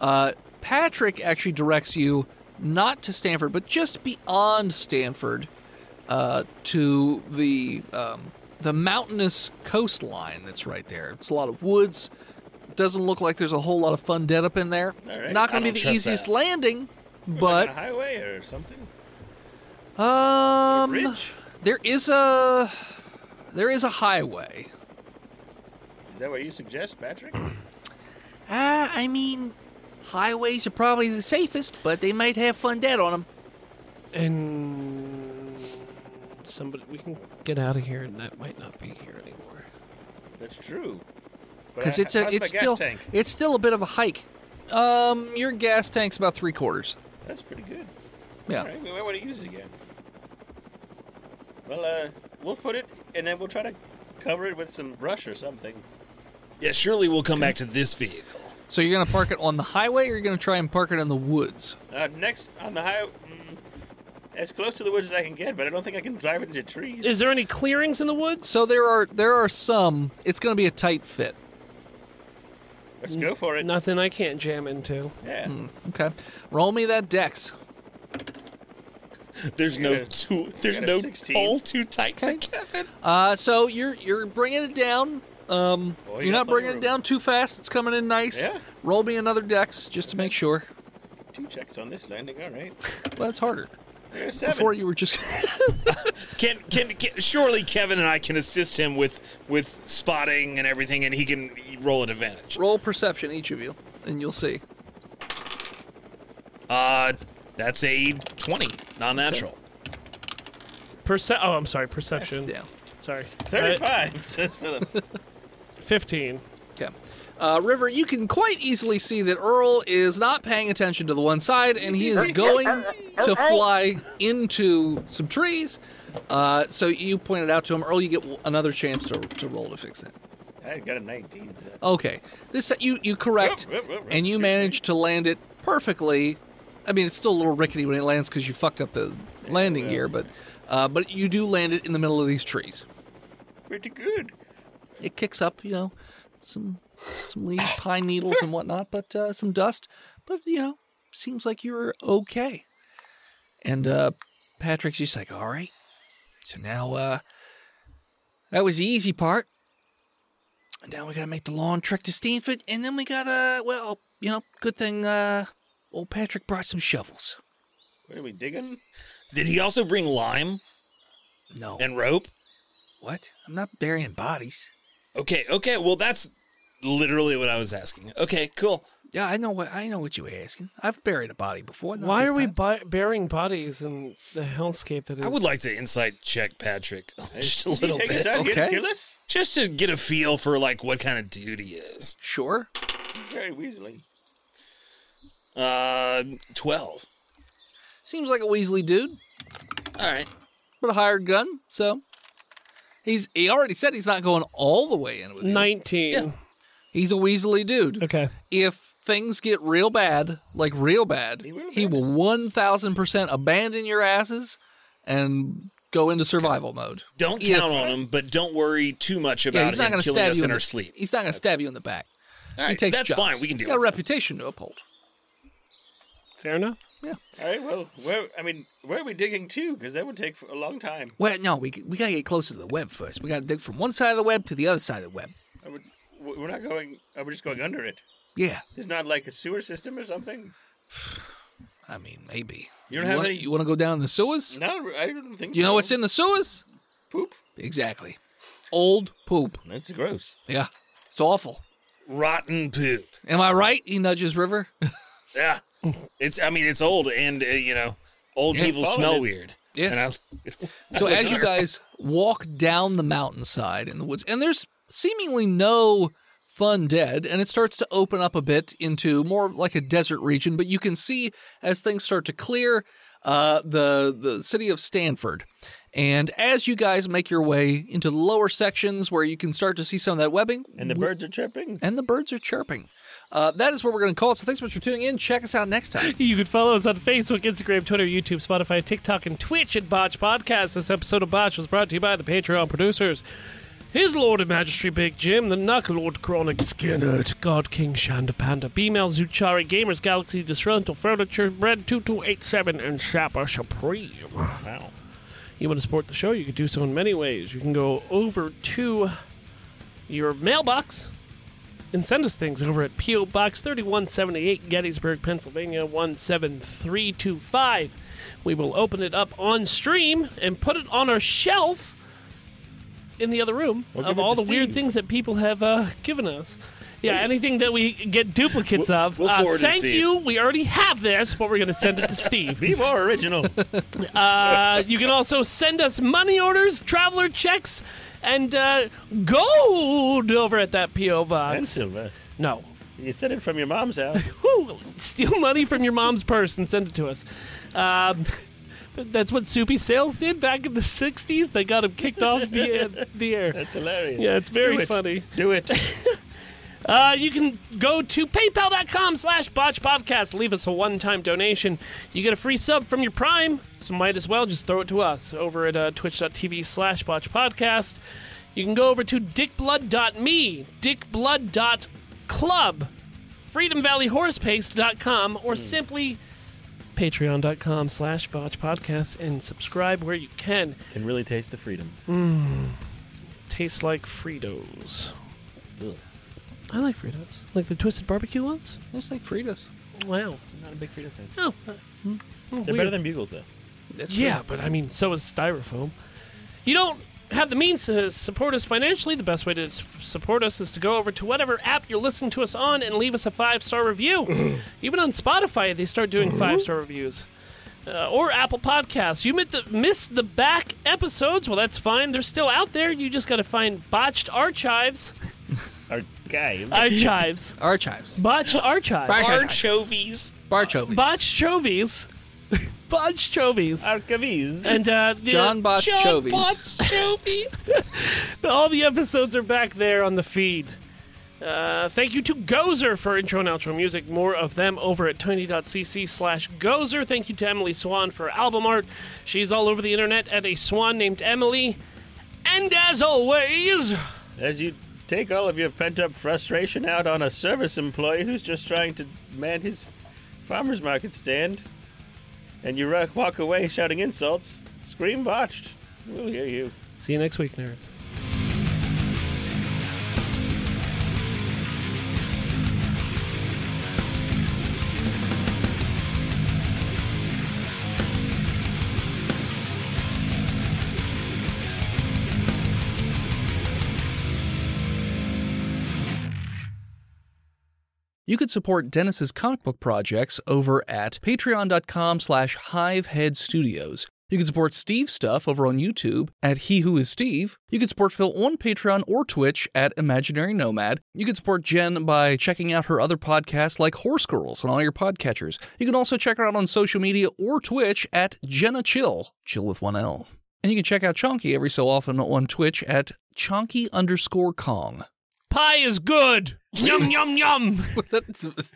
[SPEAKER 1] Uh, Patrick actually directs you not to Stanford, but just beyond Stanford uh, to the um, the mountainous coastline that's right there. It's a lot of woods. Doesn't look like there's a whole lot of fun dead up in there.
[SPEAKER 2] right.
[SPEAKER 1] Not
[SPEAKER 3] I
[SPEAKER 1] going to
[SPEAKER 3] don't
[SPEAKER 1] be the
[SPEAKER 3] trust
[SPEAKER 1] easiest
[SPEAKER 3] that.
[SPEAKER 1] landing,
[SPEAKER 2] a
[SPEAKER 1] but
[SPEAKER 2] highway or something.
[SPEAKER 1] um,
[SPEAKER 2] Ridge?
[SPEAKER 1] there is a there is a highway.
[SPEAKER 2] Is that what you suggest, Patrick?
[SPEAKER 1] Ah, I mean, highways are probably the safest, but they might have fun dead on them.
[SPEAKER 4] And somebody, we can get out of here, and that might not be here anymore.
[SPEAKER 2] That's true. But
[SPEAKER 1] because
[SPEAKER 2] I-
[SPEAKER 1] it's a
[SPEAKER 2] how's
[SPEAKER 1] it's
[SPEAKER 2] my gas
[SPEAKER 1] still
[SPEAKER 2] tank?
[SPEAKER 1] it's still a bit of a hike. Um, your gas tank's about three quarters.
[SPEAKER 2] That's pretty good.
[SPEAKER 1] Yeah.
[SPEAKER 2] All right, we might want to use it again. Well, uh, we'll put it, and then we'll try to cover it with some brush or something.
[SPEAKER 8] Yeah, surely we'll come back to this vehicle.
[SPEAKER 1] So you're gonna park it on the highway, or you're gonna try and park it in the woods?
[SPEAKER 2] Uh, next on the high, mm, as close to the woods as I can get, but I don't think I can drive into trees.
[SPEAKER 4] Is there any clearings in the woods?
[SPEAKER 1] So there are there are some. It's gonna be a tight fit.
[SPEAKER 2] Let's go for it.
[SPEAKER 4] Nothing I can't jam into.
[SPEAKER 2] Yeah.
[SPEAKER 1] Okay, roll me that dex.
[SPEAKER 8] There's
[SPEAKER 2] I
[SPEAKER 8] no
[SPEAKER 2] got a-
[SPEAKER 8] too. There's
[SPEAKER 2] got a
[SPEAKER 8] no
[SPEAKER 2] 16.
[SPEAKER 8] hole too tight for
[SPEAKER 1] Okay.
[SPEAKER 8] Kevin.
[SPEAKER 1] Uh, so you're you're bringing it down. Um,
[SPEAKER 2] Oh, you
[SPEAKER 1] you're
[SPEAKER 2] got
[SPEAKER 1] not
[SPEAKER 2] plenty
[SPEAKER 1] bringing it
[SPEAKER 2] of room.
[SPEAKER 1] down too fast. It's coming in nice.
[SPEAKER 2] Yeah.
[SPEAKER 1] Roll me another dex just to make sure.
[SPEAKER 2] Two checks on this landing. All right.
[SPEAKER 1] Well, that's harder.
[SPEAKER 2] I got a seven.
[SPEAKER 1] Before you were just
[SPEAKER 8] Can, can can surely Kevin and I can assist him with with spotting and everything, and he can roll at advantage.
[SPEAKER 1] roll perception each of you, and you'll see.
[SPEAKER 8] Uh, that's a twenty, non-natural.
[SPEAKER 4] Perce- oh, I'm sorry. Perception.
[SPEAKER 1] Yeah.
[SPEAKER 4] Sorry. Uh,
[SPEAKER 2] Thirty-five. says Philip.
[SPEAKER 4] 15.
[SPEAKER 1] Okay. Uh, River, you can quite easily see that Earl is not paying attention to the one side, and he is going to fly into some trees. Uh, so you pointed out to him, Earl. You get w- another chance to, to roll to fix that.
[SPEAKER 2] I got a nineteen. for that.
[SPEAKER 1] Okay, this time you you correct,
[SPEAKER 2] Yep, yep, yep, yep.
[SPEAKER 1] and you manage to land it perfectly. I mean, it's still a little rickety when it lands because you fucked up the landing gear, but uh, but you do land it in the middle of these trees.
[SPEAKER 2] Pretty good.
[SPEAKER 1] It kicks up, you know, some some leaves, pine needles, and whatnot, but uh, some dust. But you know, seems like you're okay. And uh, Patrick's just like, all right. So now uh, that was the easy part. And now we gotta make the long trek to Stanford, and then we gotta well, you know, good thing uh, old Patrick brought some shovels.
[SPEAKER 2] What are we digging?
[SPEAKER 8] Did he also bring lime
[SPEAKER 1] No,
[SPEAKER 8] and rope?
[SPEAKER 1] what? I'm not burying bodies.
[SPEAKER 8] Okay, okay. Well, that's literally what I was asking. Okay, cool.
[SPEAKER 1] Yeah, I know what I know what you were asking. I've buried a body before. not
[SPEAKER 4] Why
[SPEAKER 1] this
[SPEAKER 4] are we
[SPEAKER 1] time.
[SPEAKER 4] bu- burying bodies in the hellscape that is?
[SPEAKER 8] I would like to insight check Patrick just a
[SPEAKER 2] Did he
[SPEAKER 8] little
[SPEAKER 2] take us
[SPEAKER 8] bit,
[SPEAKER 2] out here to
[SPEAKER 1] Okay.
[SPEAKER 2] kill us?
[SPEAKER 8] just to get a feel for like what kind of dude he is.
[SPEAKER 1] sure?
[SPEAKER 2] He's very weaselly.
[SPEAKER 8] Uh, twelve.
[SPEAKER 1] Seems like a Weasley dude,
[SPEAKER 8] All right.
[SPEAKER 1] but a hired gun. So he's he already said he's not going all the way in with you.
[SPEAKER 4] 19.
[SPEAKER 1] He's a Weasley dude.
[SPEAKER 4] Okay.
[SPEAKER 1] If things get real bad, like real bad,
[SPEAKER 2] He will
[SPEAKER 1] he will one thousand percent abandon your asses and go into survival mode.
[SPEAKER 8] Don't
[SPEAKER 1] Yeah.
[SPEAKER 8] count on him, but don't worry too much
[SPEAKER 1] Yeah,
[SPEAKER 8] about
[SPEAKER 1] he's not
[SPEAKER 8] him
[SPEAKER 1] going to
[SPEAKER 8] killing
[SPEAKER 1] stab
[SPEAKER 8] us
[SPEAKER 1] you
[SPEAKER 8] in
[SPEAKER 1] the-
[SPEAKER 8] our sleep.
[SPEAKER 1] He's not going to stab you in the back.
[SPEAKER 8] All right,
[SPEAKER 1] he takes
[SPEAKER 8] that's
[SPEAKER 1] jobs.
[SPEAKER 8] fine. We can
[SPEAKER 1] He's
[SPEAKER 8] deal
[SPEAKER 1] got a
[SPEAKER 8] with it.
[SPEAKER 1] reputation to uphold.
[SPEAKER 4] Fair enough.
[SPEAKER 2] All right. Well, where? I mean, where are we digging to? Because that would take a long time.
[SPEAKER 1] Well, no, we we gotta get closer to the web first. We gotta dig from one side of the web to the other side of the web.
[SPEAKER 2] I would, we're not going. Are we just going under it?
[SPEAKER 1] Yeah,
[SPEAKER 2] There's not like a sewer system or something.
[SPEAKER 1] I mean maybe.
[SPEAKER 2] You don't have
[SPEAKER 1] wanna,
[SPEAKER 2] any-
[SPEAKER 1] You want to go down in the sewers?
[SPEAKER 2] No, I don't think so.
[SPEAKER 1] You know what's in the sewers?
[SPEAKER 2] poop?
[SPEAKER 1] Exactly. Old poop.
[SPEAKER 2] That's gross.
[SPEAKER 1] Yeah. It's awful.
[SPEAKER 8] Rotten poop.
[SPEAKER 1] Am I right? He nudges River.
[SPEAKER 8] Yeah, it's. I mean, it's old, and uh, you know, old
[SPEAKER 1] Yeah,
[SPEAKER 8] people
[SPEAKER 2] followed
[SPEAKER 8] smell
[SPEAKER 2] it.
[SPEAKER 8] weird.
[SPEAKER 1] Yeah.
[SPEAKER 8] And I,
[SPEAKER 1] So as you guys walk down the mountainside in the woods, and there's seemingly no fun dead, and it starts to open up a bit into more like a desert region, but you can see as things start to clear uh, the the city of Stanford. And as you guys make your way into the lower sections where you can start to see some of that webbing,
[SPEAKER 2] And the birds are chirping.
[SPEAKER 1] and the birds are chirping. Uh, that is where we're going to call it. So thanks so much for tuning in. Check us out next time.
[SPEAKER 4] You can follow us on Facebook, Instagram, Twitter, YouTube, Spotify, TikTok, and Twitch at Botch Podcast. This episode of Botch was brought to you by the Patreon producers. His Lord and Majesty Big Jim, the Knuckle Lord Chronic Skinner, God King Shanda Panda, B-Mail Zuchari, Gamers Galaxy, Disgruntled Furniture, Bread 2287, and Shopper Supreme. Wow. You want to support the show? You can do so in many ways. You can go over to your mailbox and send us things over at P.O. Box 3178, Gettysburg, Pennsylvania 17325. We will open it up on stream and put it on our shelf in the other room of
[SPEAKER 2] give it
[SPEAKER 4] all
[SPEAKER 2] to
[SPEAKER 4] the weird
[SPEAKER 2] Steve.
[SPEAKER 4] things that people have uh, given us. Yeah, anything that we get duplicates of.
[SPEAKER 8] we'll
[SPEAKER 4] uh,
[SPEAKER 8] forward it to
[SPEAKER 4] thank
[SPEAKER 8] Steve.
[SPEAKER 4] you. We already have this, but we're going to send it to Steve.
[SPEAKER 2] Be more original.
[SPEAKER 4] Uh, you can also send us money orders, traveler checks, and uh, gold over at that P.O. box.
[SPEAKER 2] and Silva.
[SPEAKER 4] No.
[SPEAKER 2] uh, You sent it from your mom's house.
[SPEAKER 4] Whew, steal money from your mom's purse and send it to us. Um, that's what Soupy Sales did back in the 60s. They got him kicked off the, the air.
[SPEAKER 2] That's hilarious.
[SPEAKER 4] Yeah, it's very
[SPEAKER 2] Do it.
[SPEAKER 4] funny.
[SPEAKER 2] Do it.
[SPEAKER 4] Uh, you can go to paypal.com slash botchpodcast. Leave us a one-time donation. You get a free sub from your Prime, so might as well just throw it to us over at uh, twitch.tv slash botchpodcast. You can go over to dickblood.me, dickblood.club, freedomvalleyhorsepaste.com, or simply patreon.com slash botchpodcast and subscribe where you can.
[SPEAKER 9] Can really taste the freedom.
[SPEAKER 4] Tastes like Fritos. I like Fritos. Like the twisted barbecue ones?
[SPEAKER 1] It's like Fritos.
[SPEAKER 4] Wow.
[SPEAKER 9] Not a big freedom fan.
[SPEAKER 4] Oh. uh, mm, mm,
[SPEAKER 9] They're
[SPEAKER 4] weird.
[SPEAKER 9] better than bugles though.
[SPEAKER 1] That's
[SPEAKER 4] Yeah,
[SPEAKER 1] true.
[SPEAKER 4] but I mean, so is styrofoam. You don't have the means to support us financially. The best way to s- support us is to go over to whatever app you're listening to us on and leave us a five star review. Even on Spotify, they start doing
[SPEAKER 9] Mm-hmm.
[SPEAKER 4] five star reviews. Uh, or Apple Podcasts. You mit- the, missed the back episodes? Well, that's fine. They're still out there. You just got to find botched archives.
[SPEAKER 9] Our guy.
[SPEAKER 4] Archives.
[SPEAKER 1] Archives.
[SPEAKER 4] botched archives.
[SPEAKER 1] Archives.
[SPEAKER 8] Archovies.
[SPEAKER 1] Barchovies.
[SPEAKER 4] Botched chovies. Botched chovies.
[SPEAKER 9] Arcaviz.
[SPEAKER 4] And uh, the-
[SPEAKER 1] John Barchovies.
[SPEAKER 4] all the episodes are back there on the feed. Uh, thank you to Gozer for intro and outro music. More of them over at tony.cc slash Gozer. Thank you to Emily Swan for album art. She's all over the internet at a swan named Emily. And as always,
[SPEAKER 2] As you take all of your pent up frustration out on a service employee who's just trying to man his farmer's market stand, and you ru- walk away shouting insults, scream botched. We'll hear you.
[SPEAKER 4] see you next week, nerds.
[SPEAKER 1] You could support Dennis's comic book projects over at patreon.com slash hivehead studios. You can support Steve's stuff over on YouTube at He Who Is Steve. You can support Phil on Patreon or Twitch at Imaginary Nomad. You can support Jen by checking out her other podcasts like Horse Girls on all your podcatchers. You can also check her out on social media or Twitch at Jenna Chill, chill with one L. And you can check out Chonky every so often on Twitch at Chonky underscore Kong.
[SPEAKER 4] Pie is good. yum, yum, yum.
[SPEAKER 1] That's-